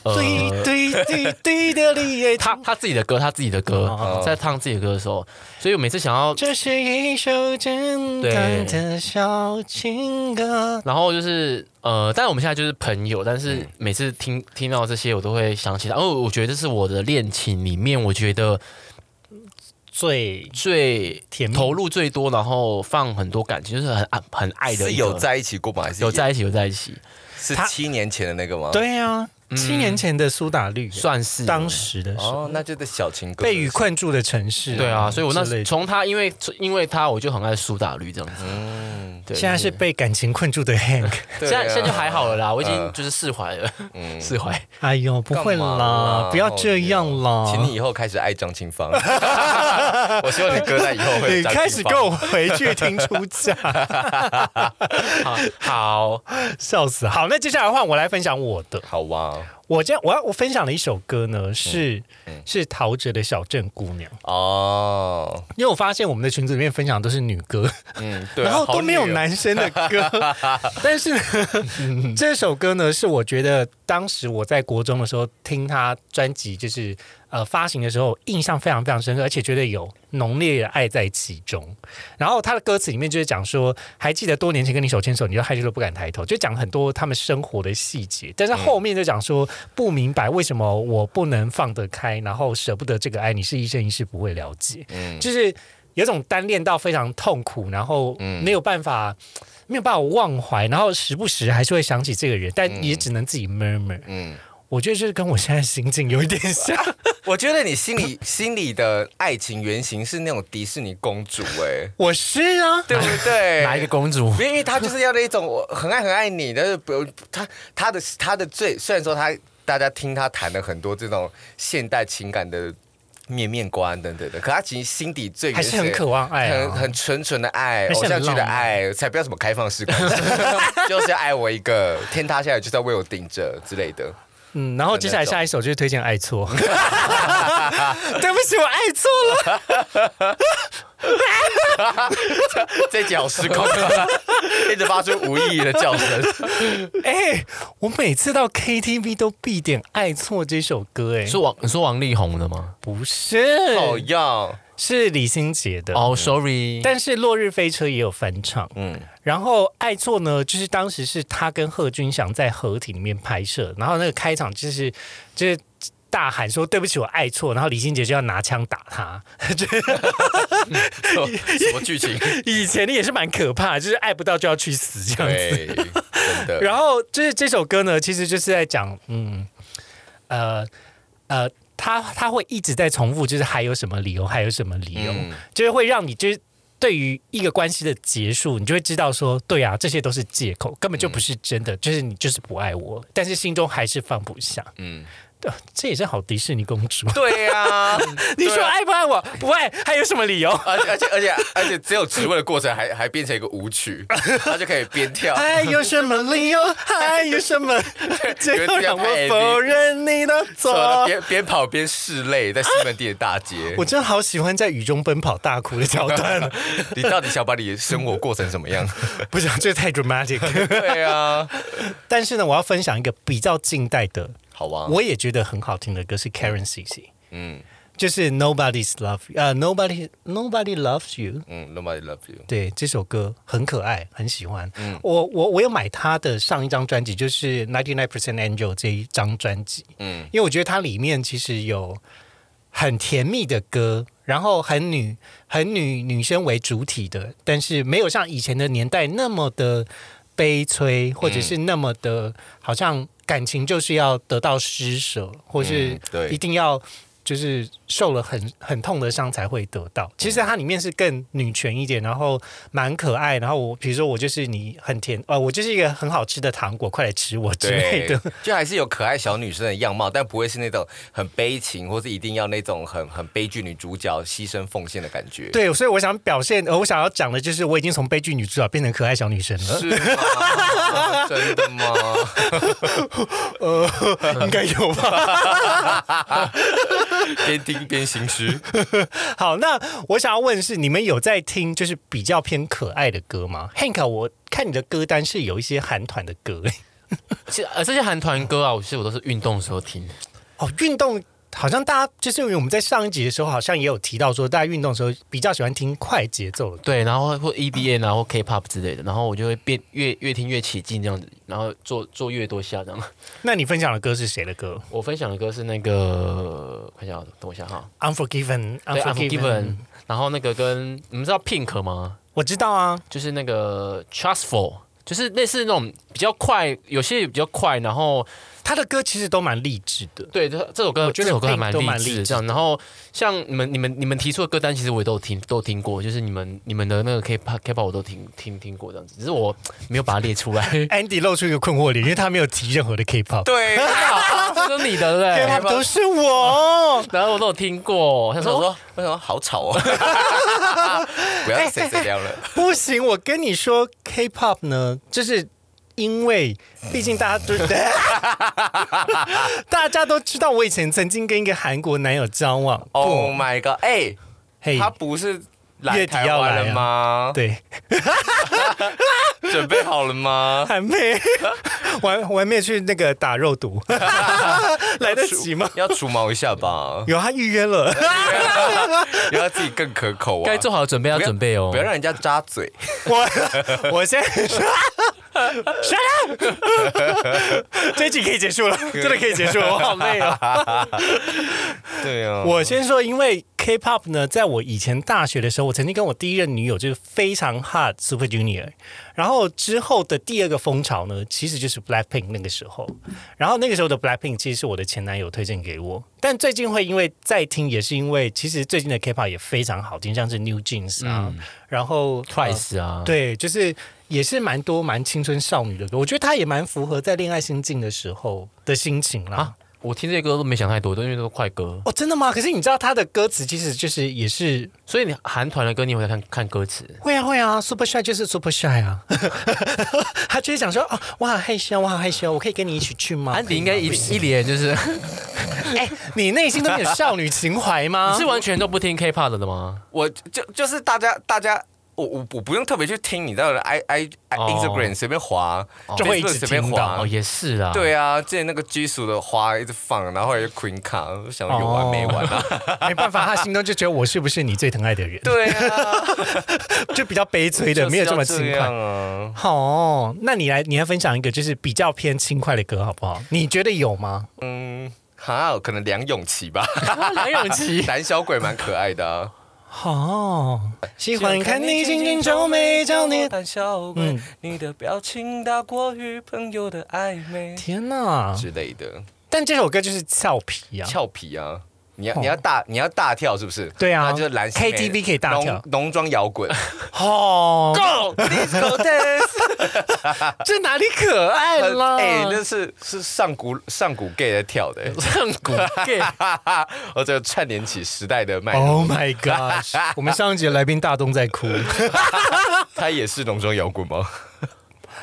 [SPEAKER 3] 呃，
[SPEAKER 1] 对对对对的你也
[SPEAKER 3] 他他自己的歌，他自己的歌
[SPEAKER 2] 哦，
[SPEAKER 3] 在唱自己的歌的时候，所以我每次想要，
[SPEAKER 1] 这是一首简单的小情歌。
[SPEAKER 3] 然后就是呃，但我们现在就是朋友，但
[SPEAKER 2] 嗯
[SPEAKER 3] 是每次听听到这些，我都会想起他，因为我觉得这是我的恋情里面，我觉得
[SPEAKER 1] 最
[SPEAKER 3] 最
[SPEAKER 1] 甜蜜
[SPEAKER 3] 投入最多，然后放很多感情，就是很爱很爱的
[SPEAKER 2] 是
[SPEAKER 3] 一个
[SPEAKER 2] 有在一起过吗？还是
[SPEAKER 3] 有在一起有在一起，
[SPEAKER 2] 是
[SPEAKER 1] 他
[SPEAKER 2] 七年前的那个吗？
[SPEAKER 1] 对啊，七年前的苏打绿，
[SPEAKER 3] 算是
[SPEAKER 1] 当时的时候
[SPEAKER 2] 哦，那就是小情歌
[SPEAKER 1] 被雨困住的城市。
[SPEAKER 3] 对啊，所以我那
[SPEAKER 1] 之类的
[SPEAKER 3] 从他因为因为他我就很爱苏打绿这样子，嗯，对，
[SPEAKER 1] 现在是被感情困住
[SPEAKER 3] *laughs*
[SPEAKER 1] 的 Hank。
[SPEAKER 2] 对
[SPEAKER 3] 现
[SPEAKER 2] 啊
[SPEAKER 3] 在现在就还好了啦，我已
[SPEAKER 2] 嗯
[SPEAKER 3] 经就是释怀了， *laughs* 释怀。
[SPEAKER 1] 哎呦，不会
[SPEAKER 2] 干嘛
[SPEAKER 1] 啦
[SPEAKER 2] 啦，哦
[SPEAKER 1] 不要这样啦。
[SPEAKER 2] 请你以后开始爱张
[SPEAKER 1] *laughs*
[SPEAKER 2] 清芳。我希望你歌单以后会
[SPEAKER 1] 你
[SPEAKER 2] 有张清芳
[SPEAKER 1] 开始跟我回去听出价，
[SPEAKER 3] *laughs* 好，
[SPEAKER 1] 笑死！好，那接下来换我来分享我的。
[SPEAKER 2] 好啊哇
[SPEAKER 1] 我今天我要我分享的一首歌呢是
[SPEAKER 3] 嗯
[SPEAKER 1] 是陶喆的《小镇姑娘》，
[SPEAKER 2] 哦，
[SPEAKER 1] 因为我发现我们的群组里面分享的都是女歌，
[SPEAKER 2] 嗯，对啊，
[SPEAKER 1] 然后
[SPEAKER 2] 好
[SPEAKER 1] 都没有
[SPEAKER 2] 女哦
[SPEAKER 1] 男生的歌，
[SPEAKER 2] *laughs*
[SPEAKER 1] 但是呢，这首歌呢，是我觉得当时我在国中的时候听他专辑，就是呃发行的时候，印象非常非常深刻，而且觉得有浓烈的爱在其中。然后他的歌词里面就是讲说，还记得多年前跟你手牵手，你就害羞的不敢抬头，就讲很多他们生活的细节。但是
[SPEAKER 2] 嗯
[SPEAKER 1] 后面就讲说，不明白为什么我不能放得开，然后舍不得这个爱，你是一生一世不会了解。
[SPEAKER 2] 嗯
[SPEAKER 1] 就是有种单恋到非常痛苦，然后
[SPEAKER 2] 嗯
[SPEAKER 1] 没有办法、没有办法忘怀，然后时不时还是会想起这个人，但也只能自己 murmur。
[SPEAKER 2] 嗯，
[SPEAKER 1] 我觉得这跟我现在心境有一点像，
[SPEAKER 2] *laughs* 我觉得你心里心里的爱情原型是那种迪士尼公主哎，
[SPEAKER 1] 我是啊，
[SPEAKER 2] 对不对？
[SPEAKER 3] 哪一个公主？
[SPEAKER 2] 没有因为他就是要那一种我很爱很爱你，但是不他他的他的最虽然说他大家听他谈了很多这种现代情感的面面观等等的，可他其实心底最
[SPEAKER 1] 还
[SPEAKER 2] 原
[SPEAKER 1] 是
[SPEAKER 2] 始
[SPEAKER 1] 很渴望爱啊。
[SPEAKER 2] 很很纯纯的爱，
[SPEAKER 1] 还是
[SPEAKER 2] 偶
[SPEAKER 1] 很
[SPEAKER 2] 像剧的
[SPEAKER 1] 浪漫
[SPEAKER 2] 爱，才不要什么开放式关系，
[SPEAKER 1] *laughs*
[SPEAKER 2] 就是要爱我一个，天塌下来就是要为我顶着之类的。
[SPEAKER 1] 嗯，然后接下来
[SPEAKER 2] 很那种
[SPEAKER 1] 下一首就是推荐《爱
[SPEAKER 2] *laughs*
[SPEAKER 1] 错》， *laughs* 对不起，我爱错了。
[SPEAKER 2] 这一集好失控，一直发出无意义的叫声。
[SPEAKER 1] 哎、我每次到 KTV 都必点《爱错》这首歌、哎，
[SPEAKER 3] 是王你说王力宏的吗？
[SPEAKER 1] 不是，
[SPEAKER 2] 好样，
[SPEAKER 1] 是李心洁的。
[SPEAKER 3] 哦、s o r r y
[SPEAKER 1] 但是《落日飞车》也有翻唱，
[SPEAKER 2] 嗯，
[SPEAKER 1] 然后《爱错》呢，就是当时是他跟贺军翔在合体里面拍摄，然后那个开场就是就是大喊说对不起，我爱错，然后李心洁就要拿枪打他。 *laughs*
[SPEAKER 2] 什么剧情？
[SPEAKER 1] 以前也是蛮可怕的，就是爱不到就要去死 *laughs* 这样子。
[SPEAKER 2] 对，真的。
[SPEAKER 1] 然后就是这首歌呢，其实就是在讲，嗯，呃呃，他他会一直在重复，就是还有什么理由，还有什么理由，
[SPEAKER 2] 嗯
[SPEAKER 1] 就是会让你就是。对于一个关系的结束，你就会知道说，对啊，这些都是借口，根本就不是
[SPEAKER 2] 嗯
[SPEAKER 1] 真的，就是你就是不爱我，但是心中还是放不下。
[SPEAKER 2] 嗯，
[SPEAKER 1] 对这也是好迪士尼公
[SPEAKER 2] *laughs*
[SPEAKER 1] 主。
[SPEAKER 2] 对呀，
[SPEAKER 1] 你说
[SPEAKER 2] 对啊
[SPEAKER 1] 爱不爱我？不爱，还有什么理由？
[SPEAKER 2] *laughs* 而且而且而且而且只有质问的过程还还变成一个舞曲，他就可以边跳。 *laughs*
[SPEAKER 1] 还有什么理由？还有什么借口让我否认你的
[SPEAKER 2] 说
[SPEAKER 1] 错？
[SPEAKER 2] 边边跑边拭泪，在西门町的大
[SPEAKER 1] *laughs*
[SPEAKER 2] 街。
[SPEAKER 1] 我真的好喜欢在雨中奔跑大哭的桥段，啊
[SPEAKER 2] 你到底想把你的生活过成什
[SPEAKER 1] *laughs*
[SPEAKER 2] 么样？
[SPEAKER 1] 不想这太 dramatic。
[SPEAKER 2] 对啊，
[SPEAKER 1] 但是呢，我要分享一个比较近代的，
[SPEAKER 2] 好啊吧，
[SPEAKER 1] 我也觉得很好听的歌是 Karen CC，
[SPEAKER 2] 嗯
[SPEAKER 1] 就是 Nobody's Love，You，呃，Nobody Nobody Loves You。
[SPEAKER 2] 嗯，Nobody love you，
[SPEAKER 1] 对这首歌很可爱，很喜欢。我我我有买他的上一张专辑，就是《Ninety Nine Percent Angel》这一张专辑。嗯，因为我觉得它里面其实有很甜蜜的歌，然后很女很女女生为主体的，但是没有像以前的年代那么的悲催，或者是那么的、好像感情就是要得到施舍，或是
[SPEAKER 2] 嗯对
[SPEAKER 1] 一定要。就是受了很很痛的伤才会得到。其实它里面是更女权一点，然后蛮可爱。然后我比如说我就是你很甜，呃，我就是一个很好吃的糖果，快来吃我之类
[SPEAKER 2] 对
[SPEAKER 1] 的。，
[SPEAKER 2] 就还是有可爱小女生的样貌，但不会是那种很悲情，或是一定要那种很很悲剧女主角牺牲奉献的感觉。，
[SPEAKER 1] 对，所以我想表现，呃，我想要讲的就是我已经从悲剧女主角变成可爱小女生了，
[SPEAKER 2] *laughs* 是吗？ *laughs* 真的吗？
[SPEAKER 1] 应该有吧？
[SPEAKER 2] 边听边行尸，
[SPEAKER 1] *laughs* 好，那我想要问的是，你们有在听就是比较偏可爱的歌吗？Hank，啊我看你的歌单是有一些韩团的歌，欸
[SPEAKER 3] 其实呃这些韩团歌啊，我其实我都是运动的时候听。
[SPEAKER 1] 哦，运动好像大家就是因为我们在上一集的时候好像也有提到说，大家运动的时候比较喜欢听快节奏的歌。
[SPEAKER 3] 对，然后或 EDM 啊，或 K-pop 之类的，然后我就会变越越听越起劲这样子，然后做做越多下这样。
[SPEAKER 1] 那你分享的歌是谁的歌
[SPEAKER 3] *laughs* 我分享的歌是那个，看一下，等我一下哈，
[SPEAKER 1] ？Unforgiven，
[SPEAKER 3] 对，Unforgiven，然后那个跟你们知道 Pink 吗？
[SPEAKER 1] 我知道啊，
[SPEAKER 3] 就是那个 Trustful，就是类似那种比较快，有些比较快，然后
[SPEAKER 1] 他的歌其实都蛮励志的。
[SPEAKER 3] 对这这首歌，
[SPEAKER 1] 我觉得
[SPEAKER 3] 这首歌还
[SPEAKER 1] Pink
[SPEAKER 3] 蛮
[SPEAKER 1] 都蛮
[SPEAKER 3] 励志
[SPEAKER 1] 励
[SPEAKER 3] 的这样。然后像你们你们你们提出的歌单，其实我也都有听都有听过，就是你们你们的那个 K-pop K-pop 我都听听听过这样子，只是我没有把它列出来。
[SPEAKER 1] Andy 露出一个困惑脸，因为他没有提任何的 K-pop，K-pop *laughs*
[SPEAKER 2] 对，
[SPEAKER 1] 哦
[SPEAKER 3] 这是你的对不对？
[SPEAKER 1] 都是我。
[SPEAKER 3] 然后我都有听过，他
[SPEAKER 2] 我
[SPEAKER 3] 说
[SPEAKER 2] 想
[SPEAKER 3] 哦
[SPEAKER 2] 说，我想说好吵
[SPEAKER 1] *laughs*
[SPEAKER 2] 哦，不要再谁谁聊了。
[SPEAKER 1] 不行，我跟你说，K-pop 呢，就是因为毕竟大家都 *laughs* 大家都知道，我以前曾经跟一个韩国男友交往。
[SPEAKER 2] Oh
[SPEAKER 1] 哦，
[SPEAKER 2] my god！哎，
[SPEAKER 1] 嘿，
[SPEAKER 2] 他不是
[SPEAKER 1] 月
[SPEAKER 2] 来
[SPEAKER 1] 底
[SPEAKER 2] 台
[SPEAKER 1] 要来
[SPEAKER 2] 湾
[SPEAKER 1] 啊
[SPEAKER 2] 了吗？
[SPEAKER 1] 对，
[SPEAKER 2] *laughs* 准备好了吗？
[SPEAKER 1] 还没， *laughs* 我还我还没有去那个打肉 *laughs* 毒，来得及吗？
[SPEAKER 2] 要除毛一下
[SPEAKER 1] *laughs*
[SPEAKER 2] 吧，
[SPEAKER 1] 有，他预约了。
[SPEAKER 2] 要让自己更可口啊！
[SPEAKER 3] 该做好准备要准备哦
[SPEAKER 2] 不。要让人家扎嘴。
[SPEAKER 1] 我我先 *laughs* shut up，这一集可以结束了，真的可以结束了，我好累啊。
[SPEAKER 2] *laughs* 对啊，
[SPEAKER 3] 哦
[SPEAKER 1] 我先说，因为 K-pop 呢，在我以前大学的时候，我曾经跟我第一任女友就是非常 hot Super Junior，然后之后的第二个风潮呢，其实就是 Blackpink 那个时候，然后那个时候的 Blackpink 其实是我的前男友推荐给我，但最近会因为再听，也是因为其实最近的 K-pop 也非常好听，像是 New Jeans 啊，然后
[SPEAKER 3] 嗯
[SPEAKER 1] 呃
[SPEAKER 3] Twice 啊，
[SPEAKER 1] 对，就是也是蛮多蛮青春少女的歌，我觉得她也蛮符合在恋爱心境的时候的心情啦。
[SPEAKER 3] 啊我听这些歌都没想太多，都因为都是快歌，
[SPEAKER 1] 哦，真的吗？可是你知道他的歌词其实就是也是
[SPEAKER 3] 所以你韩团的歌你也会看看歌词，
[SPEAKER 1] 会啊会啊，Super Shy 就是 Super Shy 啊， *laughs* 他就是想说哦，我好害羞，我好害羞，我可以啊跟你一起去吗？
[SPEAKER 3] 安迪应该一一脸就是，
[SPEAKER 1] 哎，你内心都没有少女情怀 *laughs* 吗？
[SPEAKER 3] *laughs* 你是完全都不听 K-pop 的吗？
[SPEAKER 2] 我就就是大家大家。我我我不用特别去听你到的 i i i
[SPEAKER 3] 哦
[SPEAKER 2] Instagram 随便滑，
[SPEAKER 1] 就会一直
[SPEAKER 2] Facebook 随便
[SPEAKER 1] 听到
[SPEAKER 2] 滑
[SPEAKER 3] 哦，，也是啦，，
[SPEAKER 2] 啊
[SPEAKER 3] *laughs*
[SPEAKER 2] 对啊，之前那个居鼠的花一直放，然后后来就 Queen 卡，我想有
[SPEAKER 1] 哦
[SPEAKER 2] 完没完啊？
[SPEAKER 1] 没办 *laughs* 法，他心中就觉得我是不是你最疼爱的人，
[SPEAKER 2] 对啊，
[SPEAKER 1] *laughs* 就比较悲催的，没有这么
[SPEAKER 2] 就是
[SPEAKER 1] 轻
[SPEAKER 2] 要这
[SPEAKER 1] 快
[SPEAKER 2] 样。啊。
[SPEAKER 1] 好、那你来，你来分享一个就是比较偏轻快的歌，好不好？你觉得有吗？
[SPEAKER 2] 嗯，好，可能梁咏琪吧， *laughs*
[SPEAKER 3] 梁咏琪
[SPEAKER 2] 胆小鬼蛮可爱的啊。
[SPEAKER 1] 好、喜欢看你紧紧皱眉叫你。
[SPEAKER 5] 胆小鬼，你的表情大过于朋友的暧昧。
[SPEAKER 1] 天哪！
[SPEAKER 2] 之类的，
[SPEAKER 1] 但这首歌就是俏皮啊，
[SPEAKER 2] 俏皮啊。你要你要大你要大跳是不是？
[SPEAKER 1] 哦对啊
[SPEAKER 2] 那就是蓝心湄
[SPEAKER 1] KTV 可以大跳
[SPEAKER 2] 浓浓妆
[SPEAKER 1] *laughs*
[SPEAKER 2] 摇滚，
[SPEAKER 1] 哦，这哪里可爱了？ *laughs*
[SPEAKER 2] 哎，那是是上古上古 gay 在跳的， *laughs*
[SPEAKER 3] 唱古 gay，
[SPEAKER 2] 我这个串联起时代的脉络，
[SPEAKER 1] Oh my god！我们上一节来宾大东在哭，
[SPEAKER 2] 他也是浓妆摇滚吗？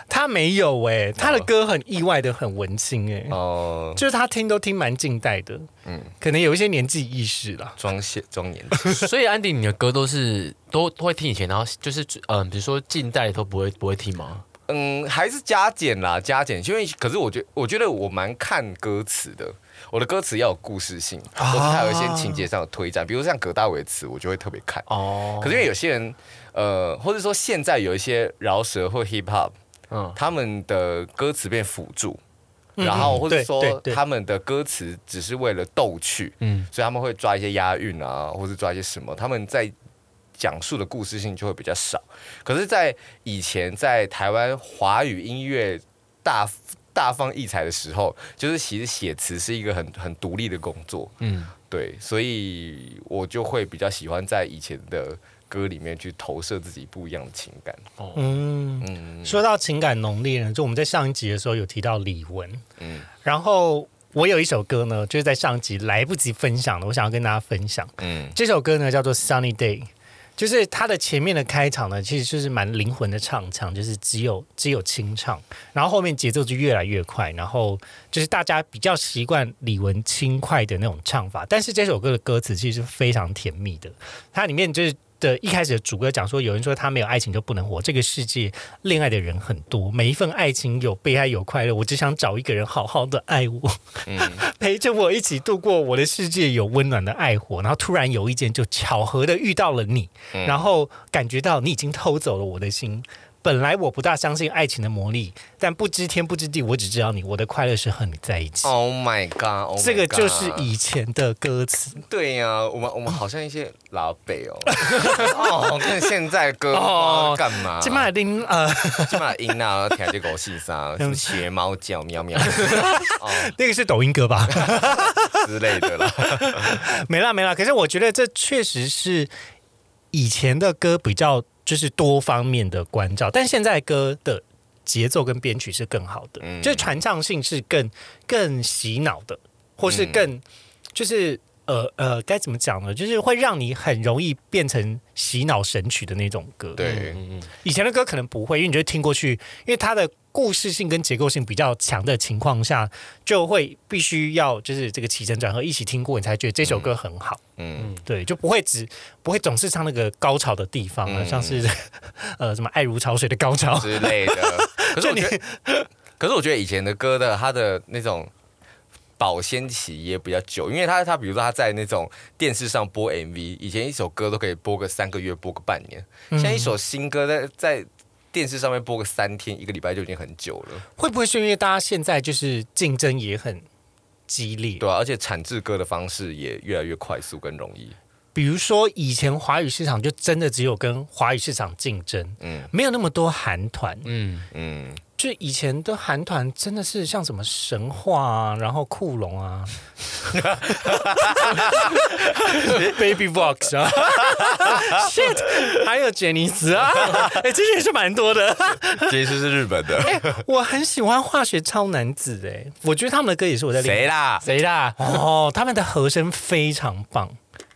[SPEAKER 1] 他没有哎、他的歌很意外的很文青哎、
[SPEAKER 2] 哦，
[SPEAKER 1] 就是他听都听蛮近代的，嗯，可能有一些年纪意识啦。
[SPEAKER 2] 装卸装年轻，
[SPEAKER 3] 所以安迪你的歌都是都都会听以前，然后就是嗯、比如说近代都不会不会听吗？
[SPEAKER 2] 嗯，还是加减啦，加减，因为可是我觉我觉得我蛮看歌词的，我的歌词要有故事性，
[SPEAKER 1] 啊
[SPEAKER 2] 或是它有一些情节上的推展，比如像葛大为的词，我就会特别看。
[SPEAKER 3] 哦
[SPEAKER 2] 可是因为有些人，呃，或者说现在有一些饶舌或 hip hop，
[SPEAKER 3] 嗯，
[SPEAKER 2] 他们的歌词变辅助，然后或
[SPEAKER 1] 嗯
[SPEAKER 2] 者
[SPEAKER 1] 对对
[SPEAKER 2] 说
[SPEAKER 1] 对
[SPEAKER 2] 他们的歌词只是为了逗趣，
[SPEAKER 3] 嗯
[SPEAKER 2] 嗯，所以他们会抓一些押韵啊，或者抓一些什么，他们在讲述的故事性就会比较少。可是，在以前在台湾华语音乐大大放异彩的时候，就是其实写词是一个很 *laughs* 很独立的工作，
[SPEAKER 3] 嗯
[SPEAKER 2] 嗯，对，所以我就会比较喜欢在以前的歌里面去投射自己不一样的情感，
[SPEAKER 1] 嗯，说到情感浓烈呢，就我们在上一集的时候有提到李玟，嗯
[SPEAKER 2] 嗯，
[SPEAKER 1] 然后我有一首歌呢，就是在上集来不及分享的，我想要跟大家分享。
[SPEAKER 2] 嗯
[SPEAKER 1] 这首歌呢叫做《Sunny Day》，就是它的前面的开场呢，其实就是蛮灵魂的唱腔，就是只有只有清唱，然后后面节奏就越来越快，然后就是大家比较习惯李玟轻快的那种唱法，但是这首歌的歌词其实是非常甜蜜的，它里面就是。的一开始的主歌讲说，有人说他没有爱情就不能活。这个世界恋爱的人很多，每一份爱情有悲哀有快乐。我只想找一个人好好的爱我。*laughs*
[SPEAKER 2] 嗯
[SPEAKER 1] 陪着我一起度过我的世界，有温暖的爱火。然后突然有一天就巧合的遇到了你，
[SPEAKER 2] 嗯
[SPEAKER 1] 然后感觉到你已经偷走了我的心。本来我不大相信爱情的魔力，但不知天不知地，我只知道你，我的快乐是和你在一起。
[SPEAKER 2] ，Oh my God，oh my
[SPEAKER 1] 这个就是
[SPEAKER 2] 以。
[SPEAKER 1] 以前的歌词，
[SPEAKER 2] 对呀、我们我们好像一些老北
[SPEAKER 1] *laughs*
[SPEAKER 2] 哦，哦，看现在歌
[SPEAKER 1] 哦
[SPEAKER 2] 哦干嘛？
[SPEAKER 1] 这马丁呃，
[SPEAKER 2] 起码音啊，听这狗戏啥，什么学猫叫喵喵
[SPEAKER 1] 那个是抖音歌吧？
[SPEAKER 2] 之类的 *laughs* 啦。
[SPEAKER 1] *laughs* 没啦没啦，可是我觉得这确实是以前的歌比较就是多方面的关照，但现在歌的节奏跟编曲是更好的，
[SPEAKER 2] 嗯
[SPEAKER 1] 就是传唱性是更更洗脑的，或
[SPEAKER 2] 嗯
[SPEAKER 1] 是更、就是呃呃该怎么讲呢？就是会让你很容易变成洗脑神曲的那种歌。，
[SPEAKER 2] 对，
[SPEAKER 1] 以前的歌可能不会，因为你就听过去，因为它的故事性跟结构性比较强的情况下，就会必须要就是这个起承转合一起听过，你才觉得这首歌很好。
[SPEAKER 2] 嗯，
[SPEAKER 1] 对，就不会只不会总是唱那个高潮的地方了，啊
[SPEAKER 2] 嗯
[SPEAKER 1] 像是呃什么爱如潮水的高潮。
[SPEAKER 2] 之类的。可是我觉得， *laughs* 可是我觉得以前的歌的它的那种。保鲜期也比较久，因为它它比如说它在那种电视上播 MV，以前一首歌都可以播个三个月，播个半年，现在一首新歌在在电视上面播个三天，一个礼拜就已经很久了。
[SPEAKER 1] *laughs* 会不会是因为大家现在就是竞争也很激烈？
[SPEAKER 2] 对啊，而且产制歌的方式也越来越快速跟容易。
[SPEAKER 1] 比如说以前华语市场就真的只有跟华语市场竞争，嗯，没有那么多韩团，
[SPEAKER 3] 嗯，
[SPEAKER 2] *laughs* 嗯，
[SPEAKER 1] 就以前的韩团真的是像什么神话啊，然后酷龙啊 *laughs* ，Baby Box 啊，Shit，还有杰尼斯啊，哎、这些也是蛮多的。
[SPEAKER 2] 杰斯是日本 *laughs* 的，
[SPEAKER 1] 哎我很喜欢化学超男子哎、我觉得他们的歌也是我在练。
[SPEAKER 2] 谁啦？
[SPEAKER 3] 谁啦？
[SPEAKER 1] 哦，他们的和声非常棒，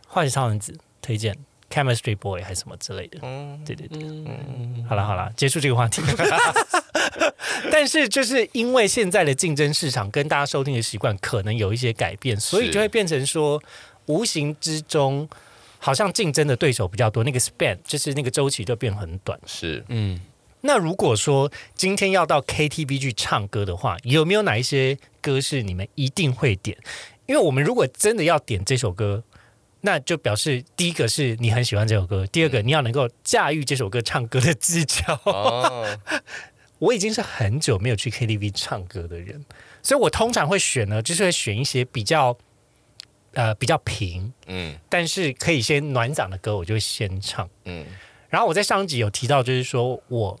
[SPEAKER 1] 化学超男子推荐 Chemistry Boy 还是什么之类的。嗯，对对对，嗯，好了好了，结束这个话题。 *laughs* 但是就是因为现在的竞争市场跟大家收听的习惯可能有一些改变，所以
[SPEAKER 2] 是
[SPEAKER 1] 就会变成说，无形之中好像竞争的对手比较多，那个 span 就是那个周期就变很短。
[SPEAKER 2] 是
[SPEAKER 3] 嗯，
[SPEAKER 1] 那如果说今天要到 KTV 去唱歌的话，有没有哪一些歌是你们一定会点？因为我们如果真的要点这首歌，那就表示第一个是你很喜欢这首歌，第二个你要能够驾驭这首歌唱歌的技巧。
[SPEAKER 2] 哦，
[SPEAKER 1] 我已经是很久没有去 KTV 唱歌的人，所以我通常会选呢，就是会选一些比较呃比较平，
[SPEAKER 2] 嗯
[SPEAKER 1] 但是可以先暖嗓的歌，我就会先唱。
[SPEAKER 2] 嗯，
[SPEAKER 1] 然后我在上一集有提到，就是说我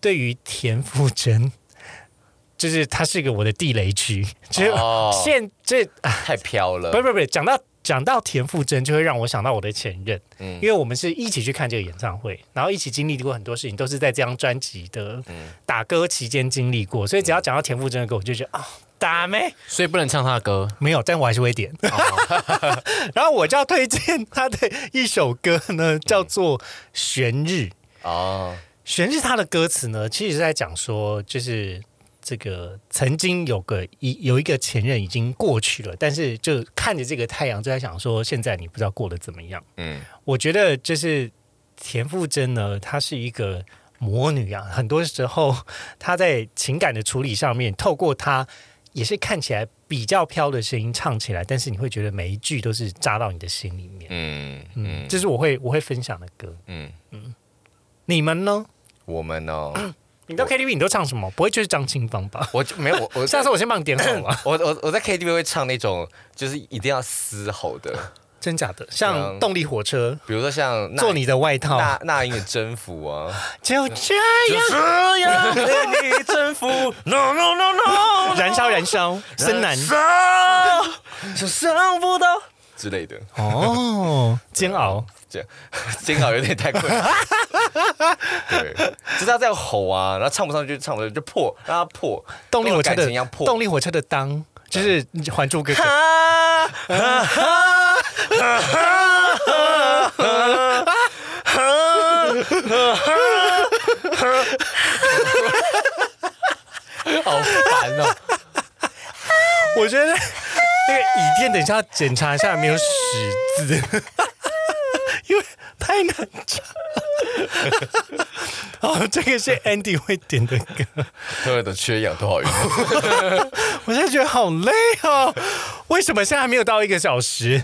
[SPEAKER 1] 对于田馥甄，就是他是一个我的地雷区，就是
[SPEAKER 2] 哦
[SPEAKER 1] 现这
[SPEAKER 2] 太飘了
[SPEAKER 1] 不，不不，讲到讲到田馥甄，就会让我想到我的前任，
[SPEAKER 2] 嗯
[SPEAKER 1] 因为我们是一起去看这个演唱会，然后一起经历过很多事情，都是在这张专辑的打歌期间经历过，所以只要讲到田馥甄的歌，我就觉得啊。打妹
[SPEAKER 3] 所以不能唱他的歌。
[SPEAKER 1] 没有，但我还是会点。 *laughs* 然后我就要推荐他的一首歌呢，叫做《悬日》。
[SPEAKER 2] 哦，
[SPEAKER 1] 玄日他的歌词呢，其实是在讲说，就是这个曾经有个一有一个前任已经过去了，但是就看着这个太阳，就在想说，现在你不知道过得怎么样。
[SPEAKER 2] 嗯
[SPEAKER 1] 我觉得就是田馥甄呢，她是一个魔女啊，很多时候她在情感的处理上面，透过她也是看起来比较飘的声音唱起来，但是你会觉得每一句都是扎到你的心里面。
[SPEAKER 2] 嗯
[SPEAKER 1] 嗯，
[SPEAKER 2] 嗯
[SPEAKER 1] 这是我会我会分享的歌。
[SPEAKER 2] 嗯，
[SPEAKER 1] 你们呢？
[SPEAKER 2] 我们哦，
[SPEAKER 1] 你到 KTV 你都唱什么？不会就是张清芳吧？
[SPEAKER 2] 我就没有我我
[SPEAKER 1] 下次我先帮你点好了。
[SPEAKER 2] 我我我在 KTV 会唱那种就是一定要嘶吼的，
[SPEAKER 1] *coughs* 真假的，像动力火车，
[SPEAKER 2] 比如说像那
[SPEAKER 1] 做你的哦外套，
[SPEAKER 2] 那那英的征服啊，
[SPEAKER 1] *laughs* 就这样
[SPEAKER 5] 这样被你征服，no no no no，
[SPEAKER 1] 燃烧燃 *laughs* 烧，森南
[SPEAKER 2] 啊
[SPEAKER 5] 烧，想象不到。
[SPEAKER 2] 之类的，
[SPEAKER 1] 哦，煎熬。
[SPEAKER 2] 这样煎熬有点
[SPEAKER 1] *laughs*
[SPEAKER 2] 太困难。对，就是他在吼啊，然后唱不上去，唱不上去就破，让他破，
[SPEAKER 1] 动力火车
[SPEAKER 2] 跟我感
[SPEAKER 1] 的
[SPEAKER 2] 情一样破。
[SPEAKER 1] 动力火车的当，就是《还珠格格》
[SPEAKER 3] 好烦哦！
[SPEAKER 1] 我觉得 *laughs* 那个椅垫，等一下要检查一下有没有屎字， *laughs* 因为太难唱。 *laughs* 哦，这个是 Andy 会点的歌。
[SPEAKER 2] 特别的缺氧多少晕？
[SPEAKER 1] 我现在觉得好累哦，为什么现在还没有到一个小 *laughs* 时？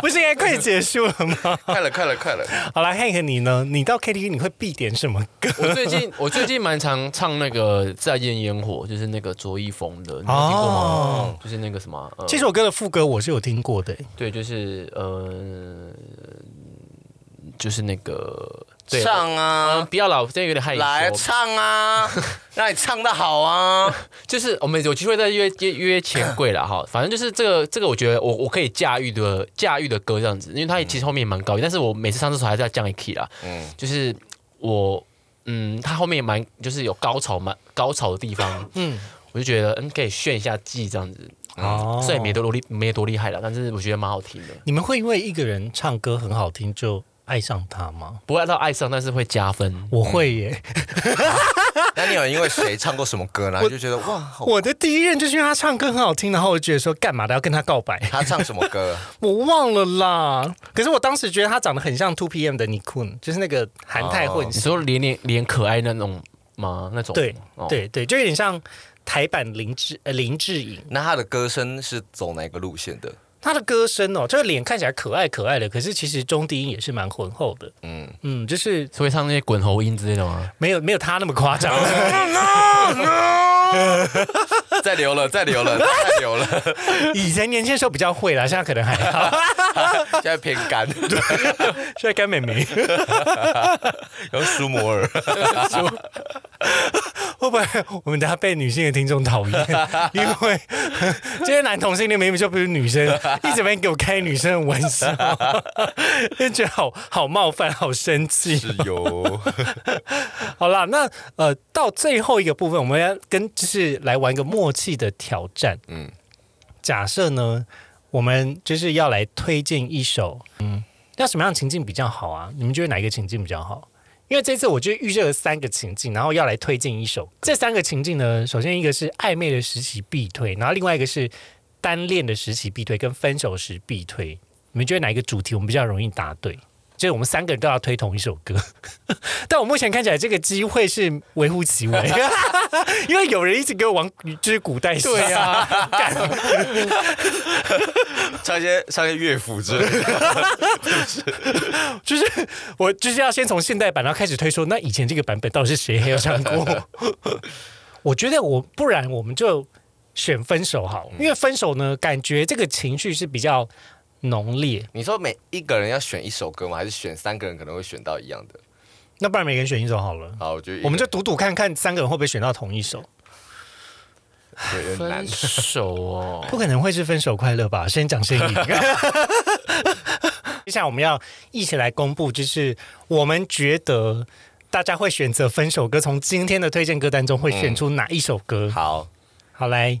[SPEAKER 1] 不是应该快结束了
[SPEAKER 2] *laughs*
[SPEAKER 1] 吗？
[SPEAKER 2] 快了，快了，快了！
[SPEAKER 1] 好啦 h a n k 你呢？你到 KTV 你会必点什么歌？
[SPEAKER 3] 我最近我最近蛮常唱那个《再见烟火》，就是那个卓一峰的，你有听过吗
[SPEAKER 1] 哦？
[SPEAKER 3] 就是那个什么，呃
[SPEAKER 1] 这首歌的副歌我是有听过的，
[SPEAKER 3] 对，就是呃，就是那个对
[SPEAKER 4] 唱
[SPEAKER 3] 嗯，
[SPEAKER 4] 啊，
[SPEAKER 3] 不要老，我现在有点害羞。
[SPEAKER 4] 来唱
[SPEAKER 2] *laughs*
[SPEAKER 4] 啊，让你唱的好啊。
[SPEAKER 3] 就是我们有机会再约约约钱柜
[SPEAKER 1] *coughs*
[SPEAKER 3] 了哈。反正就是这个这个，我觉得我我可以驾驭的驾驭的歌这样子，因为它其实后面也蛮高音，但是我每次上厕所还是要降一 key 啦。嗯，就是我嗯，它后面也蛮就是有高潮蛮高潮的地方，嗯，我就觉得嗯可以炫一下技这样子，
[SPEAKER 1] 哦
[SPEAKER 3] 虽然没多厉没多厉害了，但是我觉得蛮好听的，
[SPEAKER 1] 你们会因为一个人唱歌很好听就爱上他吗？
[SPEAKER 3] 不会到爱上，但是会加分。
[SPEAKER 1] 我会耶，
[SPEAKER 2] 那你有因为谁唱过什么歌，然后就觉得哇，好
[SPEAKER 1] 我的第一任就是因为他唱歌很好听，然后我就觉得说干嘛的要跟他告 *laughs* 白，
[SPEAKER 2] 他唱什么 *laughs* 歌？
[SPEAKER 1] 我忘了啦。可是我当时觉得他长得很像 Two PM 的 n i k u n 就是那个韩泰混
[SPEAKER 3] 你
[SPEAKER 1] 血，
[SPEAKER 3] 说连连连可爱那种吗？那种
[SPEAKER 1] 啊对
[SPEAKER 3] 哦
[SPEAKER 1] 对对，就有点像台版林志呃林志颖。
[SPEAKER 2] 那他的歌声是走哪个路线的？
[SPEAKER 1] 他的歌声哦，这个脸看起来可爱可爱的，可是其实中低音也是蛮浑厚的。
[SPEAKER 2] 嗯，
[SPEAKER 1] 嗯，就是
[SPEAKER 3] 所以唱那些滚喉音之类的吗？
[SPEAKER 1] 没有没有他那么夸 *laughs* 张。
[SPEAKER 2] 再留了，再留了，再留了。 *laughs*
[SPEAKER 1] 以前年轻的时候比较会啦，现在可能还好。
[SPEAKER 2] 现在偏
[SPEAKER 1] *laughs*
[SPEAKER 2] 干，*laughs*
[SPEAKER 1] 现在干妹妹
[SPEAKER 2] 有苏摩尔，
[SPEAKER 1] 会不会我们等下被女性的听众讨厌？因 *laughs* 为这些男同性恋明明就不是女 *laughs* 生，一直没给我开女生的玩 *laughs* 笑，就觉得好好冒犯，好生气。
[SPEAKER 2] 是 *laughs* 有
[SPEAKER 1] 好啦，那呃，到最后一个部分，我们要跟就是来玩一个默契的挑战。嗯
[SPEAKER 2] 嗯，
[SPEAKER 1] 假设呢，我们就是要来推荐一首，嗯，要什么样的情境比较好啊？你们觉得哪一个情境比较好？因为这次我就预设了三个情境，然后要来推荐一首。这三个情境呢，首先一个是暧昧的时期必推，然后另外一个是单恋的时期必推，跟分手时必推。你们觉得哪一个主题我们比较容易答对？就是我们三个人都要推同一首歌。但我目前看起来这个机会是微乎其 *laughs* 微，因为有人一直给我玩就是古代诗，对呀、啊，
[SPEAKER 2] 唱一些唱一些乐府之类的，
[SPEAKER 1] 就是我就是要先从现代版，然后开始推说，那以前这个版本到底是谁还有唱过？ *laughs* 我觉得我不然我们就选分手好了，因为分手呢，感觉这个情绪是比较浓烈。
[SPEAKER 2] *laughs* 你说每一个人要选一首歌吗？还是选三个人可能会选到一样的？
[SPEAKER 1] 那不然每个人选一首好了，
[SPEAKER 2] 好，我觉得
[SPEAKER 1] 我们就赌赌看看三个人会不会选到同一首。
[SPEAKER 2] 有点难
[SPEAKER 3] 分。手哦，
[SPEAKER 1] 不可能会是分手快乐吧？先讲先赢。接下来我们要一起来公布，就是我们觉得大家会选择分手歌，从今天的推荐歌单中会选出哪一首歌？好
[SPEAKER 2] 好，
[SPEAKER 1] 来，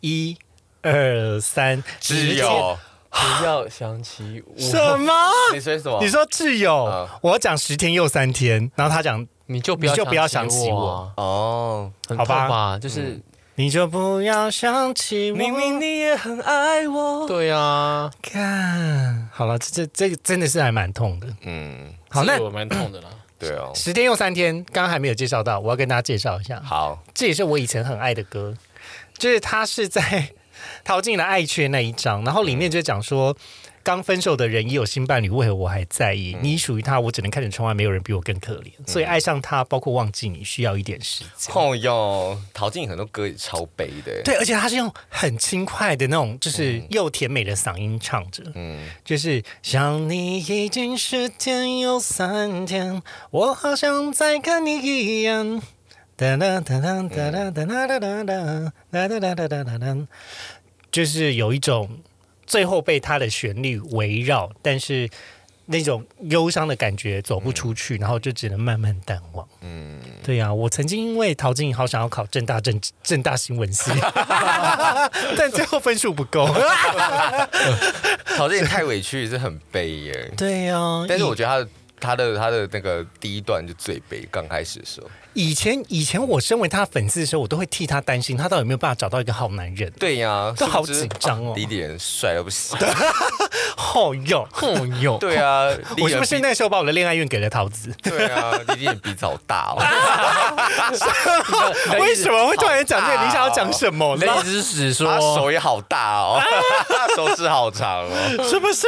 [SPEAKER 1] 一、二、三，
[SPEAKER 2] 挚友，
[SPEAKER 3] 不要想起我，
[SPEAKER 1] 什么？
[SPEAKER 2] 你选什么？
[SPEAKER 1] 你说挚友，
[SPEAKER 2] 嗯
[SPEAKER 1] 我讲十天又三天，然后他讲
[SPEAKER 3] 你就不
[SPEAKER 1] 你
[SPEAKER 3] 要
[SPEAKER 1] 就不要想起
[SPEAKER 3] 起
[SPEAKER 1] 我
[SPEAKER 3] 啊，
[SPEAKER 2] 哦，
[SPEAKER 3] 很
[SPEAKER 1] 好
[SPEAKER 3] 痛
[SPEAKER 1] 吧
[SPEAKER 3] 吧？就是
[SPEAKER 1] 你就不要想起我。
[SPEAKER 5] 明明你也很爱
[SPEAKER 2] 嗯
[SPEAKER 5] 我，
[SPEAKER 3] 对啊，
[SPEAKER 1] 看，好了，这这这个真的是还蛮痛的。
[SPEAKER 2] 嗯，
[SPEAKER 1] 好，那
[SPEAKER 3] 这个我蛮痛的啦。
[SPEAKER 2] 对哦，
[SPEAKER 1] 十天又三天，刚刚还没有介绍到，我要跟大家介绍一下。
[SPEAKER 2] 好，
[SPEAKER 1] 这也是我以前很爱的歌，就是他是在陶晶莹的《爱缺》那一章，然后里面就讲说，刚分手的人已有新伴侣，为何我还在意？你属于他，我只能看着窗外，没有人比我更可怜。所以爱上他，包括忘记你，需要一点时间。
[SPEAKER 2] 哦哟，陶晶莹很多歌也超悲的，
[SPEAKER 1] 对，而且他是用很轻快的那种，就是又甜美的嗓音唱着，
[SPEAKER 2] 嗯，
[SPEAKER 1] 就是想你已经十天又三天，我好想再看你一眼。哒哒哒哒哒哒哒哒哒哒哒哒哒哒哒哒哒，就是有一种最后被它的旋律围绕，但是那种忧伤的感觉走不出去，然后就只能慢慢淡忘。嗯，对呀、我曾经因为陶晶莹好想要考正大政正大新闻
[SPEAKER 2] *laughs*
[SPEAKER 1] 系，但最后分数不够。
[SPEAKER 2] 陶晶莹太委屈也是很悲耶，
[SPEAKER 1] 对啊呀、
[SPEAKER 2] 啊但是我觉得她的。她的她的那个第一段就最悲，刚开始的时候，
[SPEAKER 1] 以前以前我身为他粉丝的时候，我都会替他担心，他到底有没有办法找到一个好男人？
[SPEAKER 2] 对呀，
[SPEAKER 1] 都好
[SPEAKER 2] 是不是
[SPEAKER 1] 紧张哦
[SPEAKER 2] 啊李典帅到不行，
[SPEAKER 1] 哦哟哦哟，
[SPEAKER 2] 对啊，李
[SPEAKER 1] *laughs* 我
[SPEAKER 2] 典
[SPEAKER 1] 是不是那时候把我的恋爱运给了桃子？
[SPEAKER 2] 对啊，李典鼻子好大哦，
[SPEAKER 1] 为什么会突然讲这个？你想要讲什么
[SPEAKER 3] *laughs* 我
[SPEAKER 1] 呢
[SPEAKER 3] 的？意思是指
[SPEAKER 2] 他手
[SPEAKER 3] 说，
[SPEAKER 2] 也好大哦，手指好长哦，
[SPEAKER 1] 是不是？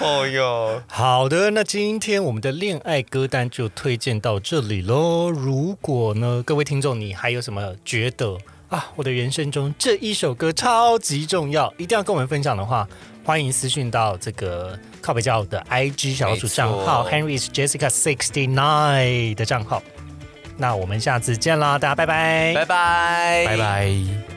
[SPEAKER 2] 哦哟，
[SPEAKER 1] 好的，那今天我们的恋爱歌单就推荐到这里喽。如果呢，各位听众，你还有什么觉得啊，我的人生中这一首歌超级重要，一定要跟我们分享的话，欢迎私讯到这个靠北教的 IG 小老鼠账号
[SPEAKER 2] 哎没
[SPEAKER 1] Henry
[SPEAKER 2] 错
[SPEAKER 1] is Jessica sixty nine 哎的账号。那我们下次见啦，大家拜拜，
[SPEAKER 2] 拜拜，
[SPEAKER 3] 拜。拜。